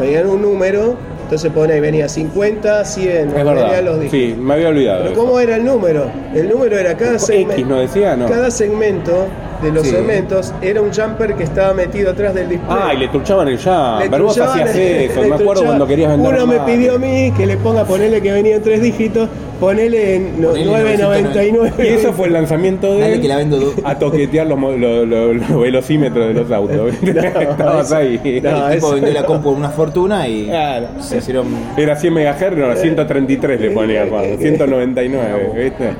Venían un número, entonces pone ahí venía 50, 100, Es venían los verdad. dígitos. Sí, me había olvidado. Pero eso. ¿cómo era el número? El número era cada X segmento. nos decía, ¿no? Cada segmento de los Sí. segmentos era un jumper que estaba metido atrás del display. Ah, y le truchaban el ya. Le Pero vos truchaban, hacías le- eso. le Me acuerdo truchaban. cuando querías vender. Uno me más. pidió a mí que le ponga, ponele que venía en tres dígitos, ponele en no- Ponele 9.99. Y eso fue el lanzamiento de. Dale él que la vendo do- A toquetear los, mo- lo- lo- los velocímetros de los autos. Estabas eso- ahí. no, el tipo eso- vendió la compu por una fortuna y Claro. se hicieron. Era 100 MHz, no, 133 le ponía Juan, 199, ¿viste?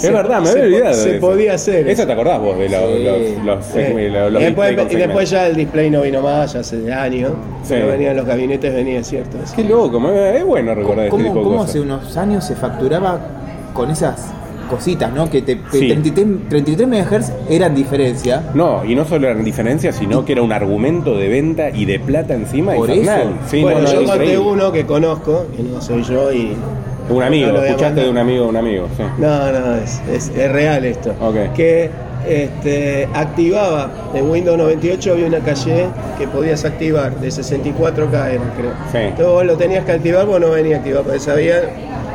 Se- es verdad, me se había po- olvidado. se de eso. podía hacer Eso eso. te acordás vos de los, Sí. los, los, Sí. segme- los- los y, después, displays y con después segmentos. ya el display no vino más, ya hace años. Sí. Pero venían los gabinetes, venía, es cierto. eso. Qué loco, me- es bueno recordar este ¿Cómo, tipo de cómo cosas. hace unos años se facturaba con esas cositas, no? Que te, te- Sí. 33, 33 MHz eran diferencia. No, y no solo eran diferencias, sino que era un argumento de venta y de plata encima. Por infernal. eso. Sí, bueno, no, no, yo era maté increíble. uno que conozco, que no soy yo y. Un amigo, No lo voy a escuchaste mandar. de un amigo, un amigo, sí. No, no, es, es- es real esto. Ok. Que este, activaba, en Windows 98 había una calle que podías activar, de 64K era, creo. Sí. Entonces vos lo tenías que activar, vos no venía activado, porque sabían.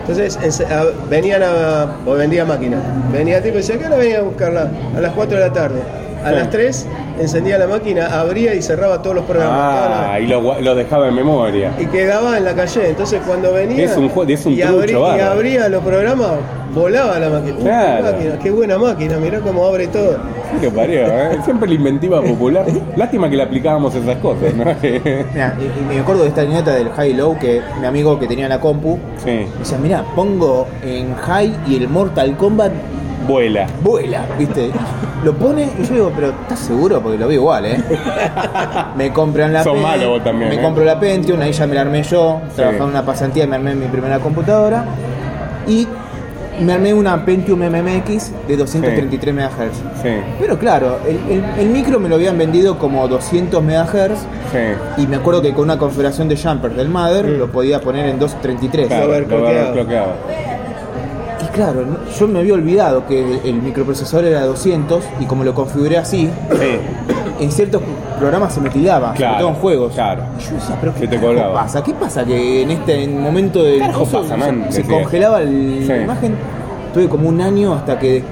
Entonces ense- a- venían a. o vendía máquina. Venía el tipo y decía, ¿qué hora venía a buscarla? A las 4 de la tarde. A Sí. las 3 encendía la máquina, abría y cerraba todos los programas. toda la- Ah, y lo, gua- lo dejaba en memoria. y quedaba en la calle. Entonces cuando venía Es un jue- es un y, trucho, abrí- y bárbaro. abría los programas, volaba la máquina. Uy, qué Claro. máquina, Qué buena máquina, mirá cómo abre todo. Sí que parió, ¿eh? Siempre la inventiva popular. Lástima que le aplicábamos esas cosas, ¿no? sí. Mirá, y, y me acuerdo de esta niñata del high low que mi amigo que tenía la compu me decía, mira, pongo en high y el Mortal Kombat Vuela. vuela, ¿viste? Lo pone y yo digo, pero ¿estás seguro? Porque lo veo igual, ¿eh? Me compran la Sos Pen- malo vos también, Me ¿eh? compro la Pentium, ahí ya me la armé yo, Sí. trabajaba en una pasantía, me armé mi primera computadora y me armé una Pentium MMX de 233 MHz. Sí, Pero claro, el, el- el micro me lo habían vendido como 200 MHz sí. y me acuerdo que con una configuración de jumpers del Mother lo podía poner en 233. Mm. Claro, haber lo haber cloqueado. cloqueado. Y claro, no- yo me había olvidado que el, el microprocesador era 200 y como lo configuré así, Sí, en ciertos programas se me tiraba, Claro, sobre todo en juegos. claro. Y yo decía, pero Se ¿qué te carajo colgaba. pasa? ¿Qué pasa? Que en este en momento del Carajo coso pasa, se- man, se, decía. congelaba el- la Sí. imagen. Tuve como un año hasta que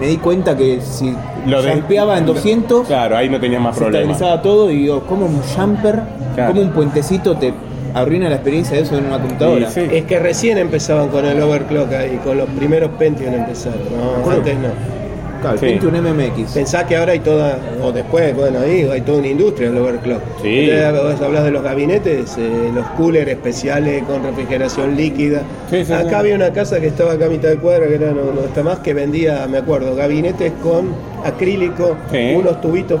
me di cuenta que si Lo de- jumpeaba en 200... Claro, ahí no tenías más se problemas. estabilizaba todo y digo, como un jumper, Claro. como un puentecito te arruina la experiencia de eso en una computadora. Y sí. Es que recién empezaban con el overclock ahí, con los primeros Pentium empezaron, no, antes no. Claro, el Sí. Pentium MMX. Pensá que ahora hay toda, o después, bueno, ahí hay toda una industria del overclock. Sí. Entonces, ah, vos hablás de los gabinetes, eh, los coolers especiales con refrigeración líquida. Sí, sí, acá sí. había una casa que estaba acá a mitad de cuadra, que era no, no está más, que vendía, me acuerdo, gabinetes con acrílico, Sí. unos tubitos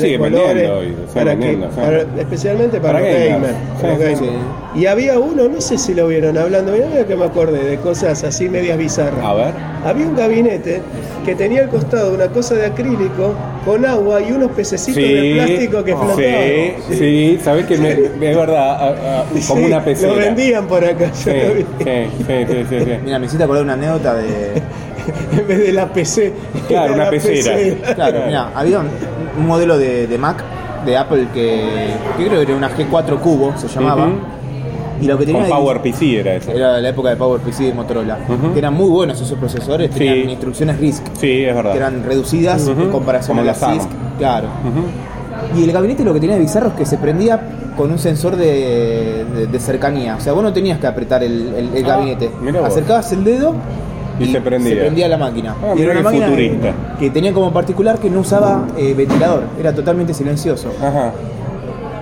Sí, de sigue colores, vendiendo hoy, sigue para que- vendiendo, sí. para- especialmente para, Para los gamers. gamers. Sí, para los sí, gamers. Y había uno, no sé si lo vieron hablando, mirá mirá que me acordé de cosas así medias bizarras. A ver. Había un gabinete que tenía al costado una cosa de acrílico con agua y unos pececitos de plástico que flotaban. Sí, sí, sabes que me- es verdad, a- a- como Sí, una pecera. Lo vendían por acá, yo Sí, lo vi. sí, sí, sí, sí, sí. Mira, me hiciste acordar una anécdota de. En vez de la PC. Claro, era una la pecera. Claro, mira, había un, un modelo de, de Mac de Apple que, que creo que era una G4 Cubo, se llamaba. Ujú. Y lo que tenía. Con de- Power PC era eso. Era la época de PowerPC de Motorola. Ujú. Que eran muy buenos esos procesadores, Sí. tenían instrucciones RISC, Sí, es verdad. que eran reducidas en Ujú. comparación Como a las las CISC. ARM. Claro. Ujú. Y el gabinete lo que tenía de bizarro es que se prendía con un sensor de, de- de cercanía. O sea, vos no tenías que apretar el, el- el Ah, gabinete. mirá vos. Acercabas el dedo Y se prendía. la máquina. Ah, y mirá era una qué máquina futurista. Que, que tenía como particular que no usaba eh, ventilador. Era totalmente silencioso. Ajá.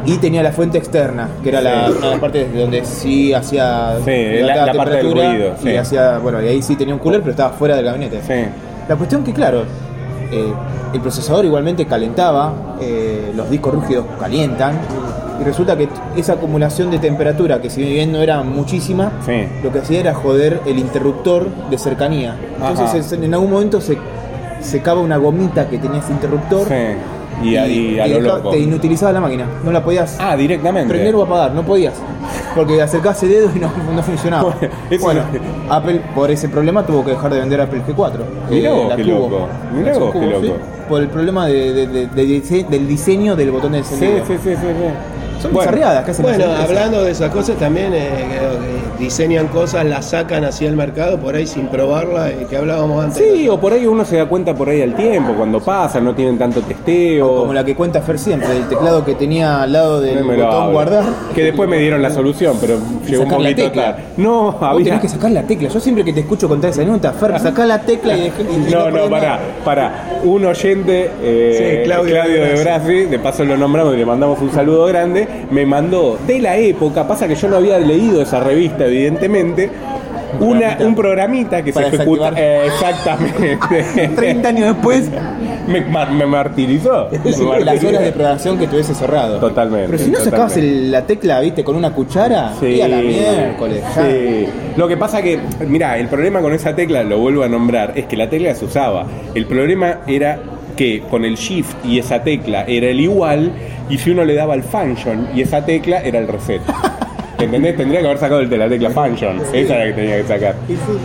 Y tenía la fuente externa, que era la, una de las partes de donde sí hacía Sí, levantaba la- la parte del temperatura ruido, Y sí. hacía, bueno, y ahí sí tenía un cooler, pero estaba fuera del gabinete. Sí. La cuestión que, claro, eh, el procesador igualmente calentaba, eh, los discos rígidos calientan, y resulta que t- esa acumulación de temperatura, que si bien no era muchísima, Sí. lo que hacía era joder el interruptor de cercanía. Ajá. Entonces, es- en algún momento se secaba una gomita que tenía ese interruptor. Sí. Y, a- y a lo dejaba- loco. Te inutilizaba la máquina, no la podías Ah, directamente. e prender o apagar, no podías. Porque acercabas el dedo y no, no funcionaba. Bueno, eso bueno, no- Apple por ese problema tuvo que dejar de vender Apple G4. Mirá vos, la qué tuvo. loco. Mirá La vos, qué tuvo, loco. Por el problema de, de- de- de dise- del diseño del botón de Sí, encendido. sí, sí, sí, sí. Son Bueno, bizarreadas que hacen Bueno, las empresas. hablando de esas cosas, también eh, creo que diseñan cosas, las sacan hacia el mercado por ahí sin probarla, eh, que hablábamos antes. Sí, o por ahí uno se da cuenta por ahí al tiempo, cuando pasa, no tienen tanto testeo. Como la que cuenta Fer siempre, del teclado que tenía al lado del No me lo botón hablo. guardar. Que después me dieron la solución, pero llegó un sacar la poquito tecla. tarde. No, Vos había. tenés que sacar la tecla. Yo siempre que te escucho contar esa anécdota, Fer, sacá la tecla y, dejá- y- y No, no, ponés pará, nada. pará. Un oyente, eh, Sí, Claudio, Claudio de de Brasi, de paso lo nombramos y le mandamos un saludo grande, me mandó de la época, pasa que yo no había leído esa revista, evidentemente, una, programita. un programita que Para se ejecuta. desactivar. eh, exactamente. 30 años después, me, ma- me martirizó. me las martirizó. horas de programación que tuviese cerrado. Totalmente. Pero si no sacabas totalmente. el- la tecla, viste, con una cuchara, y a la miércoles. ya. Sí. Lo que pasa que, mira, el problema con esa tecla, lo vuelvo a nombrar, es que la tecla se usaba. El problema era que con el shift y esa tecla era el igual, y si uno le daba al function y esa tecla era el reset. ¿Entendés? Tendría que haber sacado el de la tecla function. Esa era la que tenía que sacar.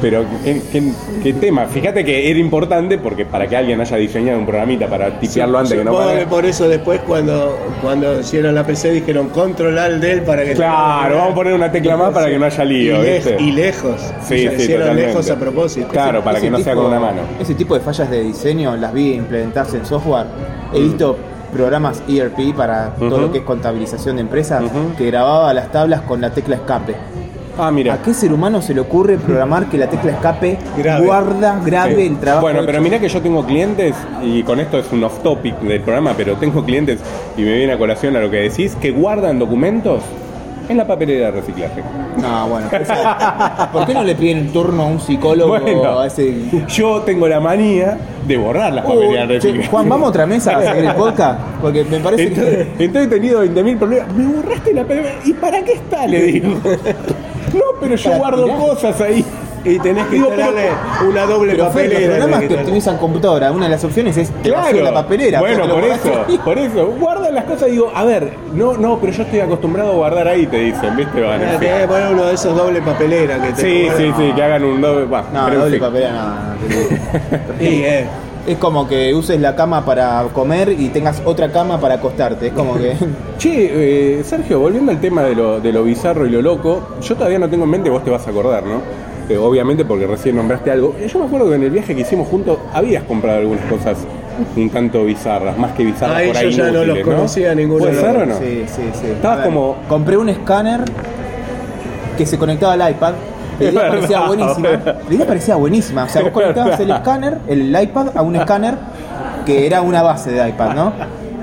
Pero, ¿qué, qué, qué tema? Fíjate que era importante porque para que alguien haya diseñado un programita para tipearlo antes que no Supongo pare- que por eso después cuando, cuando hicieron la PC dijeron control al del para que Claro, vamos a poner una tecla más para que no haya y, lío. lej- ¿viste? y lejos. Sí, Se sí, hicieron totalmente. lejos a propósito. Claro, para Ese que no sea tipo- con una mano. Ese tipo de fallas de diseño las vi implementarse en software. He visto programas ERP para todo Mm. Ujú. lo que es contabilización de empresas Ujú. que grababa las tablas con la tecla escape. Ah, mira. ¿A qué ser humano se le ocurre programar que la tecla escape Grave. guarda grave Sí. el trabajo? Bueno, hecho? pero mirá que yo tengo clientes, y con esto es un off topic del programa, pero tengo clientes, y me viene a colación a lo que decís, que guardan documentos en la papelera de reciclaje. No, bueno. esa- ¿Por qué no le piden el turno a un psicólogo Bueno. a ese Yo tengo la manía de borrar las papeleras de Uy, che, reciclaje. Juan, vamos a otra mesa a hacer el podcast, porque me parece Entonces, que... entonces he tenido 20.000 problemas. Me borraste la papelera. ¿Y para qué está? Le digo. No, pero yo Para guardo tirar. cosas ahí. Y tenés que Digo, pero- instalarle una doble Pero Fer, los papelera. programas tenés que que instalar. optimizan computadora, una de las opciones es que Claro. vacíe la papelera. Bueno, Pero por lo- eso, por eso. Guardan las cosas y digo, a ver, no, no, pero yo estoy acostumbrado a guardar ahí, te dicen, ¿viste? Van, Ah, en fin. tenés que poner uno de esos doble papelera que te Sí, cobran. sí, sí, que hagan un doble. bah, No, pero en doble fin. papelera, no, no, no. Sí, eh. Es como que uses la cama para comer y tengas otra cama para acostarte. Es como que... Che, eh, Sergio, volviendo al tema de lo, de lo bizarro y lo loco, yo todavía no tengo en mente, vos te vas a acordar, ¿no? Eh, obviamente porque recién nombraste algo. Eh, Yo me acuerdo que en el viaje que hicimos juntos habías comprado algunas cosas un tanto bizarras, más que bizarras Ay, por yo ahí. ya no inútiles, los conocía ninguno ¿Puede de ser los o no? Sí, sí, sí. Estabas A ver, como- Compré un escáner que se conectaba al iPad La idea Es parecía verdad, buenísima. boludo. La idea parecía buenísima. O sea, vos Es conectabas el verdad. escáner, el iPad, a un escáner que era una base de iPad, ¿no?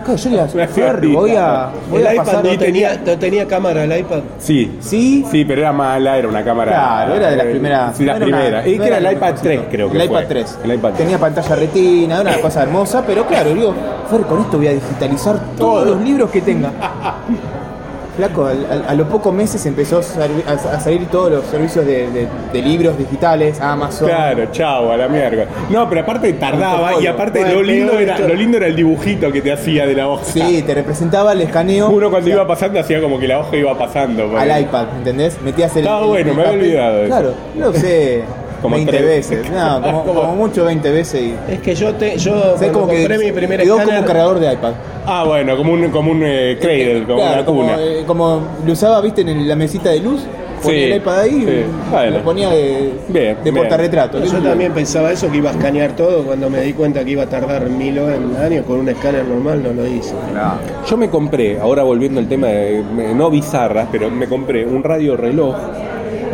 Claro, yo le Una decía, Ferry, voy a, voy a El pasar... iPad no y tenía- tenía, no tenía cámara, el iPad. Sí. Sí, Sí, pero era mala, era una cámara. Claro, era de las eh, primeras. Sí, las no era una- primeras. Y no que era la el iPad mejor 3, consola. creo que. El fue. iPad 3. El iPad 3. Tenía pantalla retina, era una cosa hermosa, pero claro, digo, Fer, con esto voy a digitalizar todos los libros que tenga. Flaco, al- al- a, los pocos meses empezó a, sal- a- a salir todos los servicios de, de- de libros digitales, Amazon. Claro, chao, a la mierda. No, pero aparte tardaba y aparte Bueno, lo lindo, peor era, esto. lo lindo era el dibujito que te hacía de la hoja. Sí, te representaba el escaneo Uno cuando iba pasando hacía como que la hoja iba pasando. por al ahí. iPad, ¿entendés? Metías el. Ah, el- bueno, el me había papel. olvidado de eso. Claro, no sé. Como 20 tres. veces, no, como, como mucho 20 veces y. Es que yo te, yo ¿Sabés cuando como que compré mi primer quedó escáner, como cargador de iPad. Ah, bueno, como un, como un eh, cradle, como Claro, una como, cuna. eh, como lo usaba, viste, en el- la mesita de luz, ponía Sí, el iPad ahí sí. y Bueno. lo ponía de, Bien, de bien. portarretrato. yo también pensaba eso, que iba a escanear todo. Cuando me di cuenta que iba a tardar mil horas, años con un escáner normal, no lo hice. Ah, Yo me compré, ahora volviendo al tema de me- no bizarras, pero me compré un radio reloj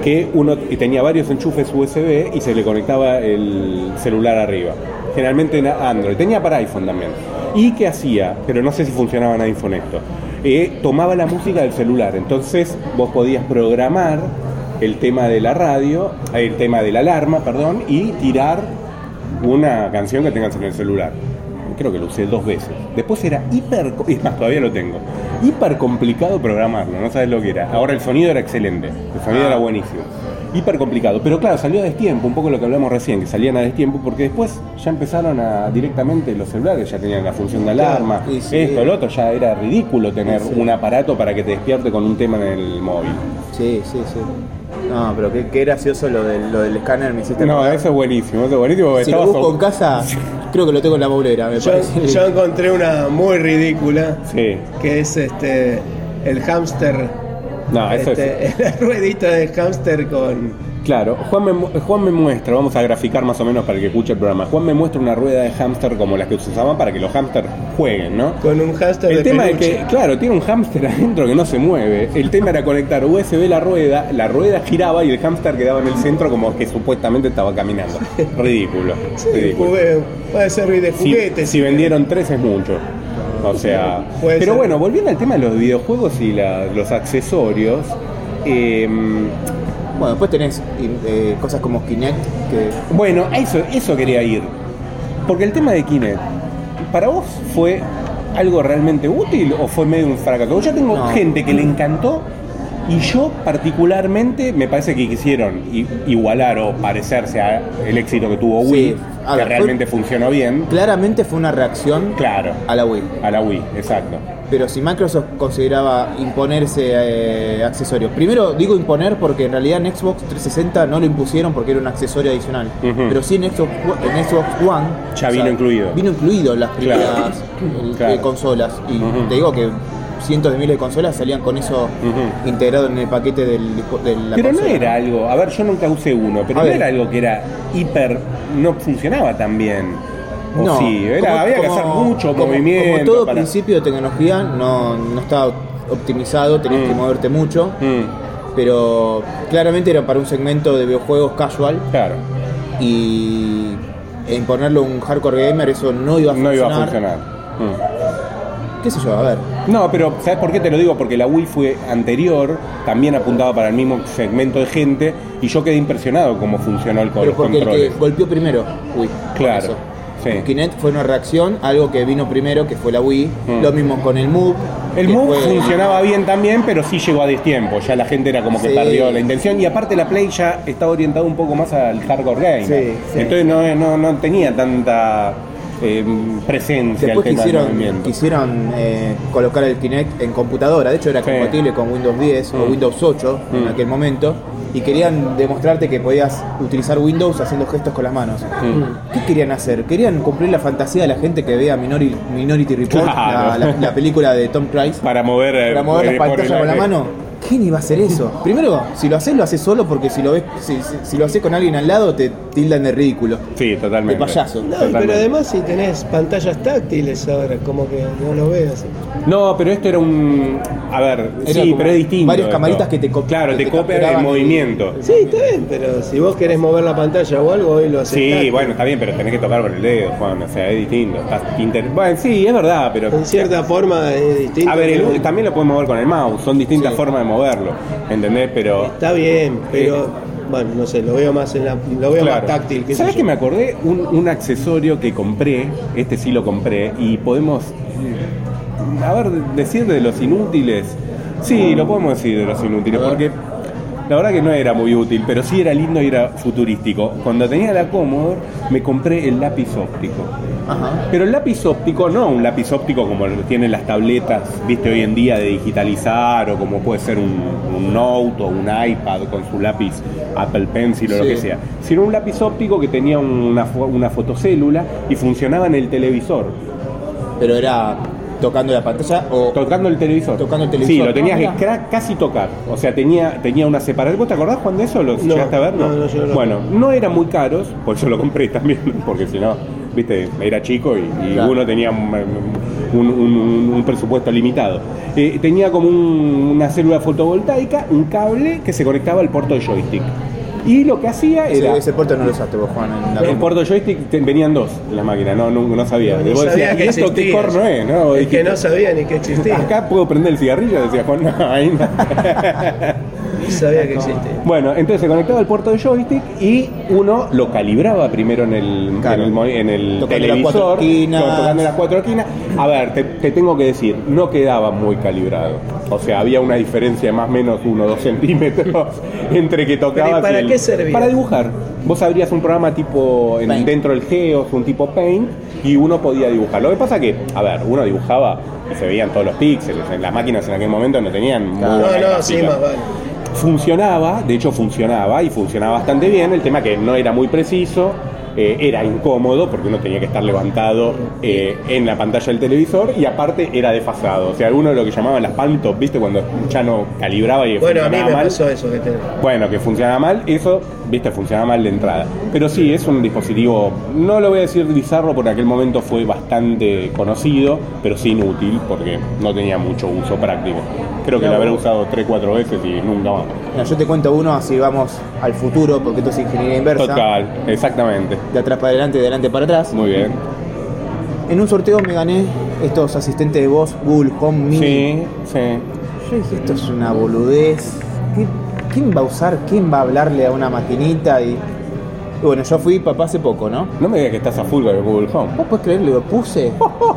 que uno y tenía varios enchufes USB y se le conectaba el celular arriba. Generalmente era Android, tenía para iPhone también. ¿Y qué hacía? Pero no sé si funcionaba en iPhone esto. Eh, tomaba la música del celular, entonces vos podías programar el tema de la radio, el tema de la alarma, perdón, y tirar una canción que tengas en el celular. Creo que lo usé dos veces. Después era hiper. Es más, todavía lo tengo. Hiper complicado programarlo, no sabes lo que era. Ahora el sonido era excelente, el sonido era buenísimo. Hiper complicado. Pero claro, salió a destiempo, un poco lo que hablamos recién, que salían a destiempo, porque después ya empezaron a directamente los celulares, ya tenían la función de alarma, Claro, y sí. esto, el otro, ya era ridículo tener Sí. un aparato para que te despierte con un tema en el móvil. Sí, sí, sí. No, pero qué, qué gracioso lo del, lo del escáner, me hiciste. No, acordar. eso es buenísimo, eso es buenísimo. porque Este si lo estabas busco ob- en casa, creo que lo tengo en la bolera, me Yo, parece. yo encontré una muy ridícula, Sí. que es este el hámster. No, eso es. este, La ruedita del hámster con. Claro, Juan me, mu- Juan me muestra, vamos a graficar más o menos para el que escuche el programa, Juan me muestra una rueda de hámster como las que se usaban para que los hámsters jueguen, ¿no? Con un hámster El de tema es peluche. que, claro, tiene un hámster adentro que no se mueve. El tema era conectar USB la rueda, la rueda giraba y el hámster quedaba en el centro como que supuestamente estaba caminando. Ridículo, ridículo. Jugué- puede servir de Si, juguete. si vendieron tres es mucho. O sea, Puede pero ser. bueno, volviendo al tema de los videojuegos y la- los accesorios, em, Bueno, después tenés eh, cosas como Kinect, que Bueno, a eso, eso quería ir. Porque el tema de Kinect, ¿para vos fue algo realmente útil o fue medio un fracaso? Yo tengo No. gente que le encantó y yo particularmente me parece que quisieron i- igualar o parecerse al éxito que tuvo Sí. Wii, A que ver, fue- realmente funcionó bien. claramente fue una reacción Claro, a la Wii. a la Wii, exacto. Pero si Microsoft consideraba imponerse eh, accesorios. Primero digo imponer porque en realidad en Xbox 360 no lo impusieron porque era un accesorio adicional. Ujú. Pero sí en Xbox, en Xbox One. Ya vino incluido. Vino incluido en las Claro. primeras eh, Claro. consolas. Y Ujú. te digo que cientos de miles de consolas salían con eso Ujú. integrado en el paquete del, dispo- de la pero no consola. era algo, a ver, yo nunca usé uno, pero A no ver. era algo que era hiper, no funcionaba tan bien. O No, sí, era, como- había que como- hacer mucho como- movimiento. Como todo para- principio de tecnología no, no estaba optimizado, tenías Mm. que moverte mucho. Mm. pero claramente era para un segmento de videojuegos casual Claro, y en ponerlo un hardcore gamer eso no iba a no funcionar. iba a funcionar. Mm. ¿Qué sé yo? A ver. No, pero ¿sabes por qué te lo digo? Porque la Wii fue anterior, también apuntaba para el mismo segmento de gente, y yo quedé impresionado cómo funcionó el con Pero los porque el que controles. golpeó primero, Wii. por Claro. eso. Sí. Kinect fue una reacción a algo que vino primero, que fue la Wii. Mm. Lo mismo con el Move. El que Move fue- funcionaba bien también, pero sí llegó a destiempo. Ya la gente era como que Sí. perdió la intención. Y aparte la Play ya estaba orientada un poco más al hardcore game. Sí, sí. Entonces no, no, no tenía tanta eh, presencia Después el tema del quisieron, movimiento. quisieron eh, colocar el Kinect en computadora, de hecho era Sí. compatible con Windows 10 o Mm. Windows 8 en Mm. aquel momento, y querían demostrarte que podías utilizar Windows haciendo gestos con las manos. Mm. ¿Qué querían hacer? Querían cumplir la fantasía de la gente que vea Minori- Minority Report, Claro. la, la- la película de Tom Cruise, Para mover, eh, para mover eh, las por pantallas el- con la mano. ¿Quién iba a hacer eso? Primero, si lo haces, lo haces solo porque si lo ves, si, si- si lo haces con alguien al lado, te tildan de ridículo. Sí, De totalmente. payaso. No, Totalmente. pero además si tenés pantallas táctiles ahora, como que no lo veo así. No, pero esto era un. A ver, Era sí, como pero es distinto. varias esto. camaritas que te co- Claro, que te, te copian el capturaban y- movimiento. Sí, está bien, pero si vos querés mover la pantalla o algo, hoy lo haces. Sí, táctil. bueno, está bien, pero tenés que tocar con el dedo, Juan. O sea, es distinto. Estás inter- Bueno, sí, es verdad, pero. En cierta forma es distinto. A ver, el- pero- también lo puedes mover con el mouse. Son distintas Sí. formas de moverlo. ¿Entendés? Pero. Está bien, pero bueno, no sé, lo veo más en la, lo veo más táctil. qué sé ¿Sabes yo. que me acordé? Un, un accesorio que compré, este sí lo compré, y podemos. eh, A ver, decir de los inútiles. Sí, lo podemos decir de los inútiles, A ver. porque la verdad que no era muy útil, pero sí era lindo y era futurístico. Cuando tenía la Commodore, me compré el lápiz óptico. Ajá. Pero el lápiz óptico, no un lápiz óptico como lo tienen las tabletas, viste, hoy en día de digitalizar o como puede ser un, un Note o un iPad con su lápiz Apple Pencil o lo Sí. que sea, sino un lápiz óptico que tenía una, fo- una fotocélula y funcionaba en el televisor, Pero era tocando la pantalla o. tocando el televisor. Tocando el televisor. Sí, lo tenías Ah, que mirá. cra- casi tocar, o sea, tenía, tenía una separación. ¿Vos te acordás cuando eso lo No, llegaste a ver? no, no, yo no lo- bueno, no eran muy caros, por eso lo compré también, porque si no, viste, era chico y, y Claro. uno tenía un, un- un- un presupuesto limitado. Eh, tenía como un- una célula fotovoltaica, un cable que se conectaba al puerto de joystick. Y lo que hacía Ese, era... ese puerto no lo usaste vos, Juan. En la el compu. puerto joystick te- venían dos en la máquina, no, no, no sabía. Ni Y vos sabía decías, que "¿Y esto qué existía". corno es? ¿no? Es que Dijiste, no sabía ni que existía. Acá puedo prender el cigarrillo, decía Juan. No, ahí no. Ni sabía que existía. Bueno, entonces se conectaba al puerto de joystick y uno lo calibraba primero en el, Claro. en el mo- en el Tocando las televisor, cuatro esquinas. to- tocando las cuatro esquinas. A ver, te, te tengo que decir, no quedaba muy calibrado. O sea, había una diferencia de más o menos uno o dos centímetros entre que tocabas ¿Pero y para el- qué servía? Para dibujar. Vos abrías un programa tipo en- Paint. dentro del Geos, un tipo Paint, y uno podía dibujar. Lo que pasa que, a ver, uno dibujaba y se veían todos los píxeles. En Las máquinas en aquel momento no tenían muy No, buena no, gráfica sí, más vale. funcionaba, de hecho funcionaba y funcionaba bastante bien, el tema que no era muy preciso, eh, era incómodo porque uno tenía que estar levantado eh, en la pantalla del televisor y aparte era desfasado, o sea, uno de lo que llamaban las pantops, ¿viste? Cuando ya no calibraba y Bueno, a mí funcionaba me mal. pasó eso que tenés. Bueno, que funcionaba mal, eso, viste, funcionaba mal de entrada. Pero sí, es un dispositivo, no lo voy a decir bizarro, porque en aquel momento fue bastante conocido, pero sí inútil, porque no tenía mucho uso práctico. Creo que lo habré usado 3-4 veces y nunca más. Mira, yo te cuento uno, así vamos al futuro, porque esto es ingeniería inversa. Total, exactamente. De atrás para adelante, de adelante para atrás. Muy bien. En un sorteo me gané estos asistentes de voz, Google Home Mini. Sí, sí. Yo dije, esto es una boludez. ¿Qué- ¿Quién va a usar? ¿Quién va a hablarle a una maquinita? Y, y bueno, yo fui papá hace poco, ¿no? No me digas que estás a full con el Google Home. Ah, ¿Vos podés creerle? Lo puse.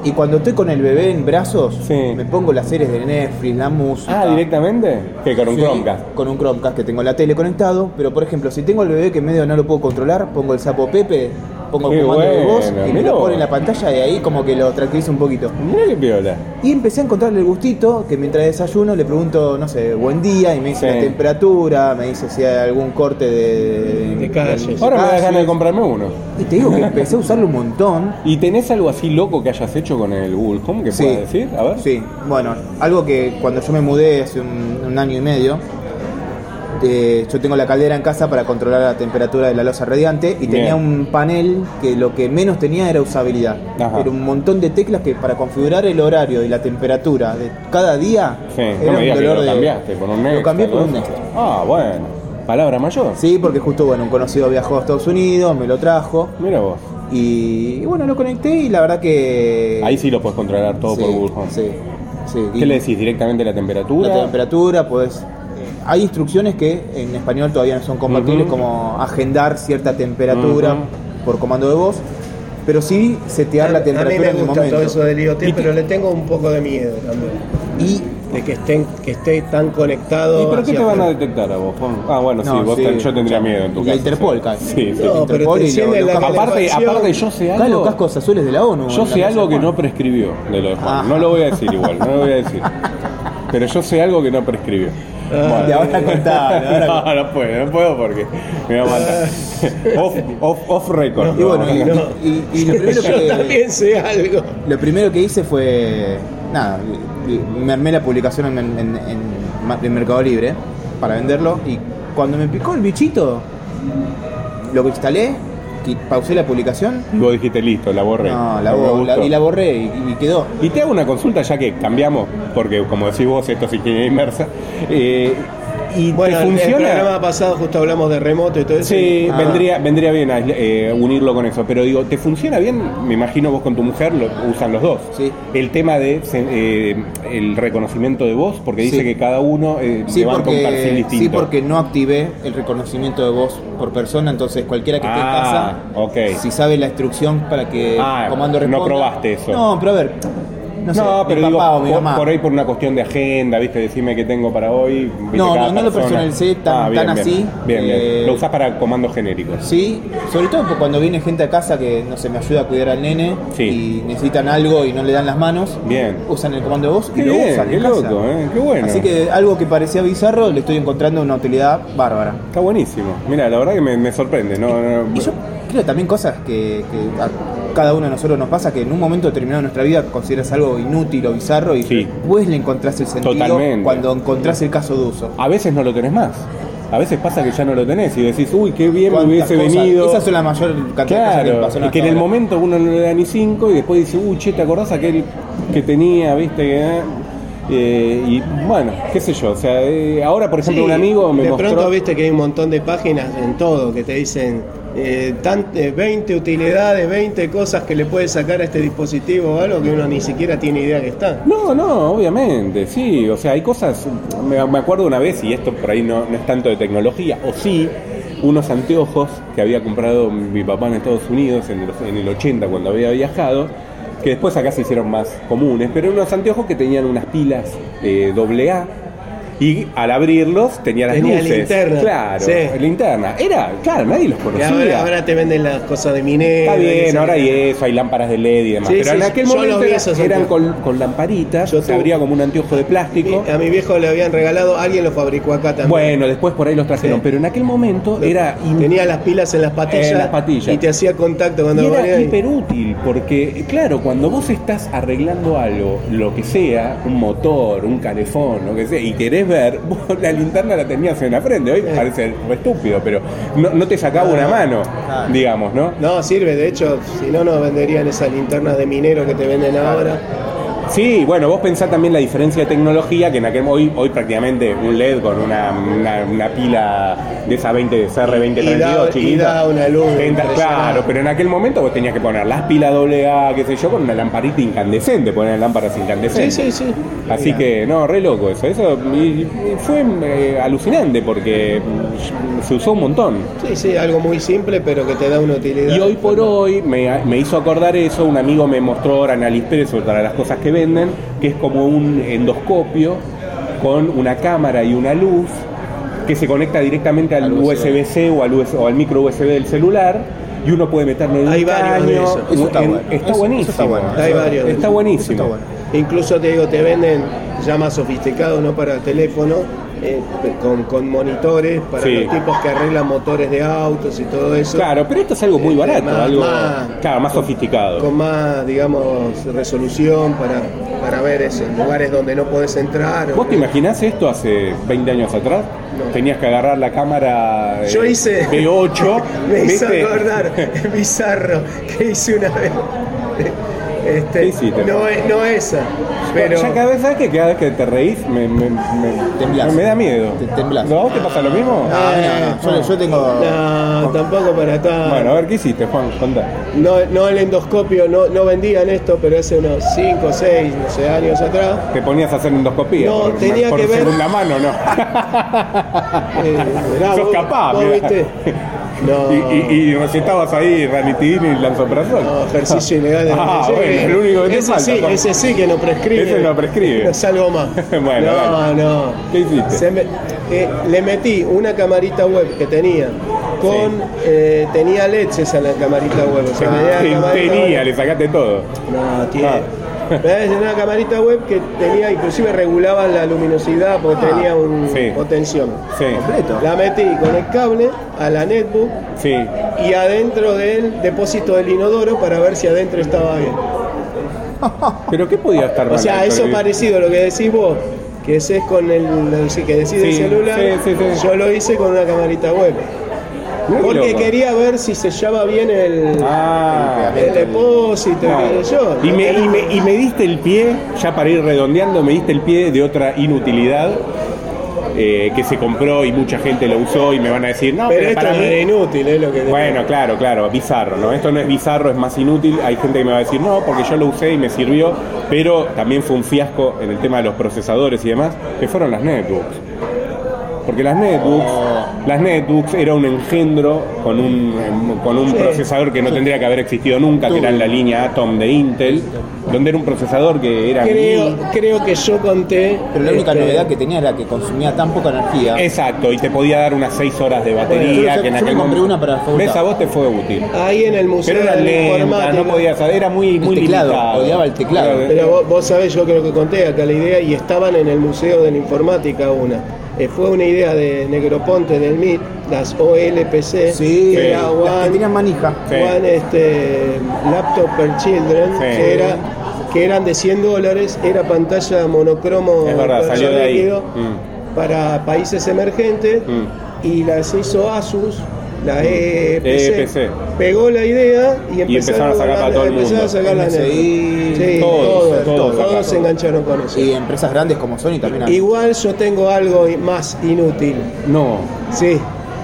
Y cuando estoy con el bebé en brazos, Sí. me pongo las series de Netflix, la música. Ah, directamente. Que con un Sí, Chromecast. Con un Chromecast que tengo la tele conectado. Pero por ejemplo, si tengo el bebé que medio no lo puedo controlar, pongo el sapo Pepe, pongo el Qué comando de voz bueno, y me mirá lo vos. pone en la pantalla y ahí como que lo tranquiliza un poquito. Mira qué piola. Y empecé a encontrarle el gustito, que mientras desayuno le pregunto, no sé, buen día, y me dice Sí. la temperatura, me dice si hay algún corte de... De calles. Ahora me das calles. ganas de comprarme uno. Y te digo que empecé a usarlo un montón. ¿Y tenés algo así loco que hayas hecho con el Google Home que puedas decir? A ver. Sí, bueno, algo que cuando yo me mudé hace un, un año y medio, eh, yo tengo la caldera en casa para controlar la temperatura de la losa radiante y tenía Bien. un panel que lo que menos tenía era usabilidad. Ajá. Era un montón de teclas que para configurar el horario y la temperatura de cada día Sí, no me era un digas que dolor lo de- cambiaste por un Nextel. Lo cambié por ¿no? un Nextel. Ah, bueno. Palabra mayor. Sí, porque justo bueno, un conocido viajó a Estados Unidos, me lo trajo Mira vos. y, y bueno, lo conecté y la verdad que Ahí sí lo puedes controlar todo Sí, por Google Home. Sí. sí. Y ¿Qué le decís? ¿Directamente la temperatura? La temperatura, pues hay instrucciones que en español todavía no son compatibles Ujú. como agendar cierta temperatura Ujú. por comando de voz, pero sí setear la a mí temperatura me en el gusta momento. todo eso del IoT, pero le tengo un poco de miedo también. Y De que estén, que esté tan ¿Y conectado. por qué hacia te van a afuera. detectar a vos, Juan? Ah, bueno, sí, No, vos sí. ten- yo tendría miedo en tu La caso. Interpol, sí. casi. Sí, sí. No, pero Interpol te y encienden lo- la lo- Aparte, calefacción. aparte, yo sé acá los algo. cascos azules de la ONU. Yo en sé la Plaza algo que Juan. no prescribió de lo de Juan. Ah. No lo voy a decir igual, no lo voy a decir. Pero yo sé algo que no prescribió. Ah, Y ahora contable, ahora No, no puedo, no puedo porque me va a matar. Off, off, off record. Y bueno, y, No. y- y lo primero Yo que, también sé algo. lo primero que hice fue, nada, y- y me armé la publicación en, en- en- en ma- de Mercado Libre para venderlo y cuando me picó el bichito, lo instalé, qui- pausé la publicación, Y vos dijiste, listo, la borré. no, la No me bo- la- gustó. y la borré y, y quedó. Y te hago una consulta ya que cambiamos, porque como decís vos, esto es ingeniería inversa. Eh, ¿Y Bueno, te en el funciona? programa pasado justo hablamos de remoto y todo eso. Sí, Ah. vendría, vendría bien a- eh, unirlo con eso, pero digo, ¿te funciona bien? Me imagino vos con tu mujer lo usan los dos. Sí. El tema de se- eh, el reconocimiento de voz, porque dice Sí. que cada uno eh, Sí levanta un perfil porque, distinto. sí, porque no activé el reconocimiento de voz por persona, entonces cualquiera que Ah, esté en ok. casa, si sabe la instrucción para que Ah, el comando no responda. probaste eso. No, pero a ver, no, No, sé, mi pero papá digo, o mi por, mamá. por ahí por una cuestión de agenda, ¿viste? Decime qué tengo para hoy. viste, No, cada no, no lo persona. Ah, personalicé tan- tan así, Bien, bien. eh, Lo usás para comandos genéricos. Sí, sobre todo porque cuando viene gente a casa que no se me ayuda a cuidar al nene Sí. y necesitan algo y no le dan las manos, Bien. usan el comando de voz y Qué lo bien, usan. en qué casa. loco, ¿eh? Qué bueno. Así que algo que parecía bizarro le estoy encontrando una utilidad bárbara. Está buenísimo. Mira, la verdad que me, me sorprende. No, no, Y yo creo también cosas que, que a cada uno de nosotros nos pasa que en un momento determinado de nuestra vida consideras algo inútil o bizarro y Sí. después le encontrás el sentido Totalmente. cuando encontrás el caso de uso. A veces no lo tenés más. A veces pasa que ya no lo tenés y decís, uy, qué bien me ¿Cuántas hubiese cosas? venido. Esas son la mayor cantidad de cosas que me Claro, pasaron y que en hasta el ahora. momento uno no le da ni cinco y después dice, uy, che, ¿te acordás aquel que tenía, viste? que, eh? Eh, y bueno, qué sé yo. O sea, eh, ahora, por ejemplo, Sí, un amigo me de mostró... pronto viste que hay un montón de páginas en todo que te dicen eh, tant- eh, 20 utilidades, 20 cosas que le puedes sacar a este dispositivo o algo que uno ni siquiera tiene idea que está. No, no, obviamente, sí. O sea, hay cosas. Me, me acuerdo una vez, y esto por ahí no, no es tanto de tecnología, o sí, unos anteojos que había comprado mi papá en Estados Unidos en, los- en el 80 cuando había viajado, que después acá se hicieron más comunes, pero eran unos anteojos que tenían unas pilas eh, AA. Y al abrirlos tenía las Tenía luces. linterna. Claro, Sí. linterna. Era, claro, nadie los Y conocía. ahora, ahora te venden las cosas de minero. Está y bien, esas ahora hay cosas. eso, hay lámparas de LED y demás. Sí, pero sí, en aquel yo momento los vi era- esos eran anteojos. con, con lamparitas, Yo se tuve- abría como un anteojo de plástico. Y A mi viejo le habían regalado, alguien lo fabricó acá también. Bueno, después por ahí los trajeron, Sí. pero en aquel momento era, in- Tenía las pilas en las patillas, En las patillas. y te hacía contacto y cuando lo era ponías y- hiperútil, porque claro, cuando vos estás arreglando algo, lo que sea, un motor, un calefón, lo que sea, y querés ver, vos la linterna la tenías en la frente, hoy Sí. parece re estúpido, pero no, no te sacaba una mano, Claro. digamos, ¿no? No, sirve, de hecho, si no, no venderían esas linternas de minero que te venden ahora. Sí, bueno, vos pensás también la diferencia de tecnología, que en aquel hoy, hoy prácticamente un LED con una, una- una pila de esa 20 de Y da- CR2032 y chiquita. da una luz Entra- impresionante. claro, pero en aquel momento vos tenías que poner las pilas AA, qué sé yo, con una lamparita incandescente, poner lámparas Sí, incandescentes. sí, sí. Así Mira. que, no, re loco eso. Eso y- y fue eh, alucinante porque mm, se usó un montón. Sí, sí, algo muy simple, pero que te da una utilidad. Y hoy por hoy me, me hizo acordar eso, un amigo me mostró ahora en AliExpress otra de las cosas que venden, que es como un endoscopio con una cámara y una luz que se conecta directamente al, Al USB. USB-C o al, US o al micro USB del celular y uno puede meterlo en Hay un varios de caño. eso. Eso está En- bueno. está Eso- eso buenísimo. está bueno. Hay varios de Está eso. buenísimo. Eso está bueno. Incluso te digo, te venden ya más sofisticados, no para teléfono, eh, con, con monitores para Sí. los tipos que arreglan motores de autos y todo eso. Claro, pero esto es algo muy Este, barato, más- algo más- claro, más sofisticado. Con más, digamos, resolución para, para ver esos lugares donde no podés entrar. ¿Vos te imaginás esto hace 20 años atrás? No. Tenías que agarrar la cámara eh, Yo hice- B8. Me hizo ¿viste? acordar, es bizarro, que hice una vez. Este, ¿Qué hiciste? no, es, no esa, pero... Ya cada vez, ¿sabes que Cada vez que te reís me, me, me- Temblás. me da miedo. Te- temblás. Ah. ¿No? ¿A vos te pasa lo mismo? No, no, no, yo, yo tengo... No, tampoco para tanto. Bueno, a ver, ¿qué hiciste, Juan? Contá. No, no el endoscopio, no, no vendían esto, pero hace unos 5, 6, no sé, años atrás. ¿Te ponías a hacer endoscopía? No, por, tenía por que ver- segunda mano, ¿no? Eh, mirá, Sos vos- capaz, vos mirá. viste. No, y, y, y recitabas ahí ranitidina y lanzoprazol. no, ejercicio ilegal de Ah, yo- bueno, el único que te ese falta, sí, Juan. ese sí que no prescribe. Ese no prescribe. No salgo más. Bueno, no, dale. no. ¿Qué hiciste? Se me- eh, le metí una camarita web que tenía. Con, Sí. eh, tenía LEDs esa la camarita web. O sea, me da la Te- camarita tenía, web. le sacaste todo. No, Ah. tiene. Es una camarita web que tenía, inclusive regulaba la luminosidad porque Ah, tenía un sí. potenciómetro. Sí, Completo. La metí con el cable a la netbook sí. y adentro del depósito del inodoro para ver si adentro estaba bien. Pero ¿qué podía estar O sea, mal? eso Perdí. parecido a lo que decís vos, que ese es con el, el que decide el Sí, celular. sí, sí, sí. Yo lo hice con una camarita web. Muy Porque loco. quería ver si sellaba bien el, Ah, el depósito, qué sé yo. Y me, y, me, y me diste el pie, ya para ir redondeando, me diste el pie de otra inutilidad eh, que se compró y mucha gente lo usó y me van a decir, no, Pero pero, esto para no mí- era inútil, es lo que Bueno, claro, claro, bizarro, ¿no? Esto no es bizarro, es más inútil. Hay gente que me va a decir, no, porque yo lo usé y me sirvió, pero también fue un fiasco en el tema de los procesadores y demás, que fueron las netbooks. Porque las netbooks, Oh. las netbooks era un engendro con un, con un Sí. procesador que no tendría que haber existido nunca, que era en la línea Atom de Intel, donde era un procesador que era... Creo, creo que yo conté. Pero la única este, novedad que tenía era que consumía tan poca energía. Exacto, y te podía dar unas 6 horas de Bueno, yo batería. me- que en yo me aquel compré momento- una para la facultad. ¿Ves? A vos te fue útil. Ahí en el museo Pero era de la lenta, informática. no podía saber, era muy, muy teclado, limitado. odiaba el teclado. Claro, Pero vos, vos sabés, yo creo que conté acá la idea y estaban en el Museo de la Informática una. Eh, fue una idea de Negroponte del MIT, las OLPC, Sí, que era las que One, tenían manija. Sí. One, este, Laptop per Children, Sí. que, era, que eran de 100 dólares, era pantalla monocromo Es verdad, color salió de ahí. líquido Mm. para países emergentes Mm. y las hizo Asus. La EPC, EEPC. pegó la idea y E Y empezaron, empezaron a sacarla a todo el empezaron mundo. a sacarla en el- MSI, Sí, todos, todos, todos, todos todos. se engancharon con eso. Y empresas grandes como Sony también. han- Igual yo tengo algo más inútil, No, sí,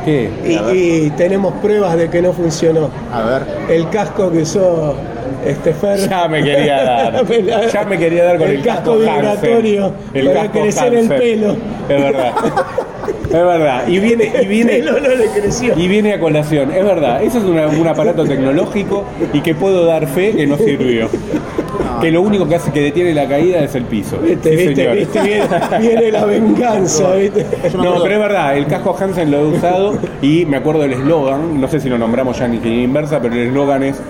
¿qué? y, y tenemos pruebas de que no funcionó. A ver. El casco que usó este Fer. Ya me quería dar. Me la- Ya me quería dar con el, casco vibratorio Hansen. para crecer el Hansen. pelo. Es verdad. Es verdad. Y viene, y El viene, pelo no le creció. y viene a colación. Es verdad. Eso es una- un aparato tecnológico y que puedo dar fe que no sirvió. Que lo único que hace que detiene la caída es el piso. Viste, Sí, viste, señor. viste, viene, viene la venganza, viste. Yo me No, acuerdo- pero es verdad, el casco Hansen lo he usado y me acuerdo del eslogan, no sé si lo nombramos ya en ingeniería inversa, pero el eslogan es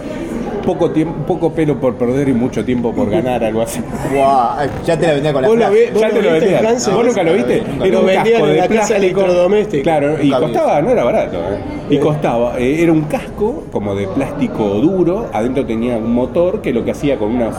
poco tiempo, poco pelo por perder y mucho tiempo por ganar, algo así. Guau, ay, ya te la vendía con la Vos la frase. ve- ya lo te lo viste, vendía. Hansen? ¿Vos nunca lo viste? Nunca. Era Lo un vendían casco en de la casa plástico. electrodoméstica. Claro, y Nunca vi costaba, no era barato. ¿eh? Y costaba, eh, era un casco como de plástico duro, adentro tenía un motor que lo que hacía con unas,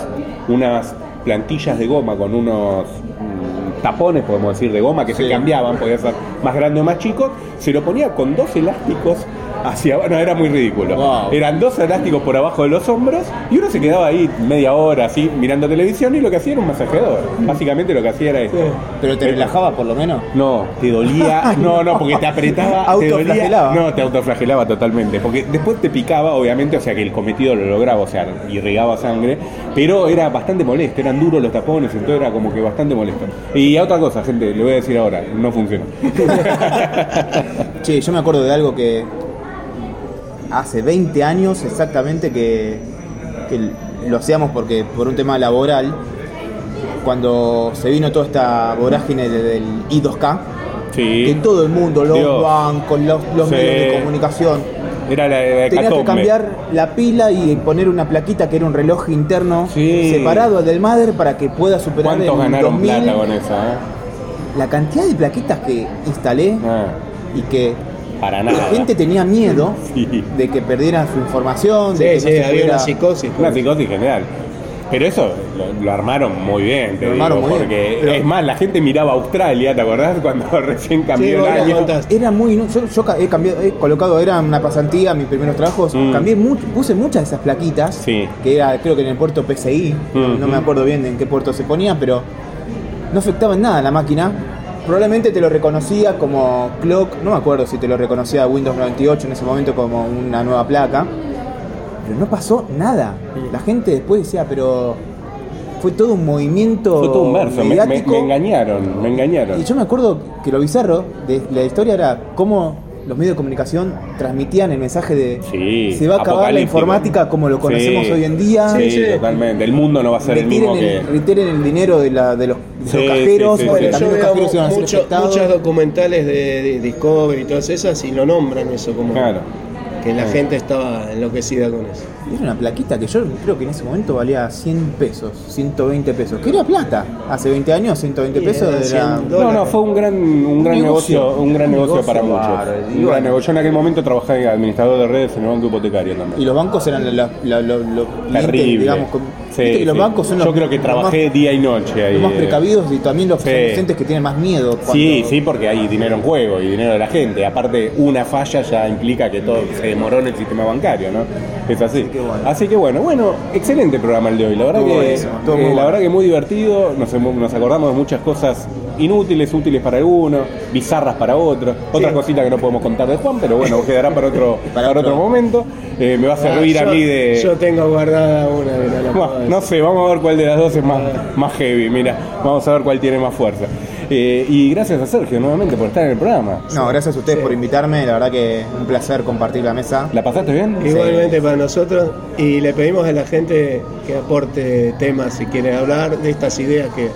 unas plantillas de goma, con unos mm, tapones, podemos decir, de goma que se Sí. cambiaban, podía ser más grande o más chico, se lo ponía con dos elásticos hacia abajo, no, era muy ridículo. Wow. Eran dos elásticos por abajo de los hombros y uno se quedaba ahí media hora así mirando televisión y lo que hacía era un masajeador. Básicamente lo que hacía era esto. Pero te relajaba por lo menos. No, te dolía. No, no, porque te apretaba. te dolía. Autoflagelaba. No, te autoflagelaba totalmente. Porque después te picaba, obviamente, o sea que el cometido lo lograba, o sea, irrigaba sangre. Pero era bastante molesto, eran duros los tapones, entonces era como que bastante molesto. Y otra cosa, gente, le voy a decir ahora, no funciona. Che, yo me acuerdo de algo que hace 20 años exactamente que, que lo hacíamos porque por un tema laboral, cuando se vino toda esta vorágine de- del I2K, que Sí. todo el mundo, los Dios. bancos, los, los Sí. medios de comunicación, Era la, la tenías que hecatombe. cambiar la pila y poner una plaquita que era un reloj interno Sí. separado del mother para que pueda superar ¿Cuántos en ganaron 2000 plata con esa? eh? la cantidad de plaquitas que instalé Ah, y que para la nada. gente tenía miedo Sí. de que perdieran su información, de Sí, que sí, no se había una pudiera- psicosis. Una psicosis general. Pero eso lo, lo armaron muy bien, te Lo armaron digo, muy bien, porque pero- es más, la gente miraba a Australia, ¿te acordás? Cuando recién cambió Sí, el vos lo año. contás. Era muy inu- yo, yo ca- he cambiado, he colocado, era una pasantía, mis primeros trabajos, Mm. cambié mucho, puse muchas de esas plaquitas, Sí. que era creo que en el puerto PCI, Mm, no me mm. acuerdo bien en qué puerto se ponía, pero no afectaba en nada a la máquina. Probablemente te lo reconocía como clock, no me acuerdo si te lo reconocía Windows 98 en ese momento como una nueva placa, pero no pasó nada. Mm. La gente después decía, pero fue todo un movimiento Fue todo un verso, me, me- mediático. me engañaron, me engañaron. Y yo me acuerdo que lo bizarro de la historia era cómo los medios de comunicación transmitían el mensaje de Sí, se va a acabar la apocalíptico. informática como lo conocemos Sí. hoy en día. Sí, Sí, sí. totalmente. El mundo no va a ser el Retiren mismo el, que. retiren el dinero de, la, de los, de Sí, los cajeros, sí, sí, porque sí. Bueno, yo también los veo cajeros iban a ser mucho- afectados. muchos documentales de, de Discovery y todas esas y lo nombran eso como Claro. que la Sí. gente estaba enloquecida con eso. Era una plaquita que yo creo que en ese momento valía 100 pesos, 120 pesos, que era plata. Hace 20 años 120 Sí, pesos eran era... 100 No, no, fue un gran, un gran negocio. negocio, un gran negocio, Negocio, para bárbaro. muchos. Y Un gran bueno. negocio. Yo en aquel momento trabajé de administrador de redes en el banco hipotecario también. Y los bancos eran la- la- la- los clientes, Terrible. digamos, con- Sí, Viste que los sí. bancos son los Yo creo que los trabajé día y noche más, ahí. los más eh. precavidos y también los Sí. adolescentes que tienen más miedo. cuando- Sí, sí, porque hay dinero en juego y dinero de la gente. Aparte, una falla ya implica que todo se demoró en el sistema bancario, ¿no? Es así. que bueno. Así que bueno, bueno, excelente programa el de hoy. La verdad, Estuvo que, buenísimo, estuvo eh, muy la bueno. verdad que muy divertido. Nos, hemos- nos acordamos de muchas cosas inútiles, útiles para algunos, bizarras para otros. Otra cosita que no podemos contar de Juan, pero bueno, quedará para otro, para otro. Para otro. momento. Eh, me va a servir a Ah, yo, mí de... Yo tengo guardada una de las Bueno, no sé, vamos a ver cuál de las dos es más, más heavy, mira, vamos a ver cuál tiene más fuerza. Eh, y gracias a Sergio nuevamente por estar en el programa. No, gracias a ustedes por invitarme, la verdad que un placer compartir la mesa. ¿La pasaste bien? Igualmente para nosotros y le pedimos a la gente que aporte temas si quiere hablar de estas ideas que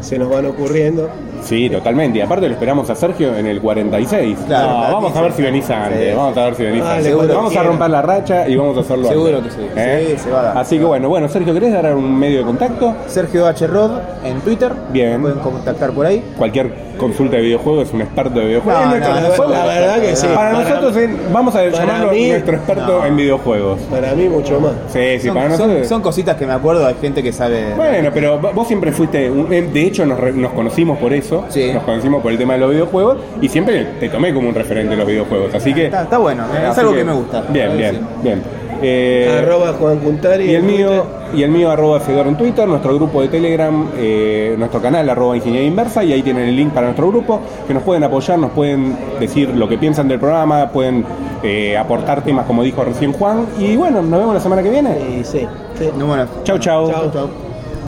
se nos van ocurriendo. Sí, totalmente. Y aparte lo esperamos a Sergio en el 46. Claro, No, claro, vamos a sí, ver si sí. venís antes, Sí. Ah, vamos a ver si venís Dale, antes. cuando Vamos a quiera. romper la racha y vamos a hacerlo Seguro antes. que sí. ¿Eh? Sí, se va a dar. Así que bueno, bueno, Sergio, ¿querés dar un medio de contacto? Sergio H. Rod en Twitter. Bien. Me Pueden contactar por ahí. Cualquier consulta de videojuegos, un experto de videojuegos. No, Es nuestro- no, no, nosotros- la verdad que sí. Para Para- nosotros, en- vamos a para llamarlo mí- nuestro experto No. en videojuegos. Para mí mucho más. Sí, sí, son, para son- nosotros. son cositas que me acuerdo, hay gente que sabe. Bueno, pero v- vos siempre fuiste, un- eh, de hecho nos, re- nos conocimos por eso, Sí. nos conocimos por el tema de los videojuegos y siempre te tomé como un referente de los videojuegos, así que... Está, está bueno, eh, es así algo que, me gusta. Bien, Sí. bien, bien. Eh, Arroba Juan Cuntari. y el en mío, Twitter. y el mío arroba Fedor en Twitter, nuestro grupo de Telegram, eh, nuestro canal arroba Ingeniería Inversa y ahí tienen el link para nuestro grupo, que nos pueden apoyar, nos pueden decir lo que piensan del programa, pueden eh, aportar temas como dijo recién Juan y bueno, nos vemos la semana que viene. Y sí, sí. No, bueno. Chau, chau. Chau. Chau.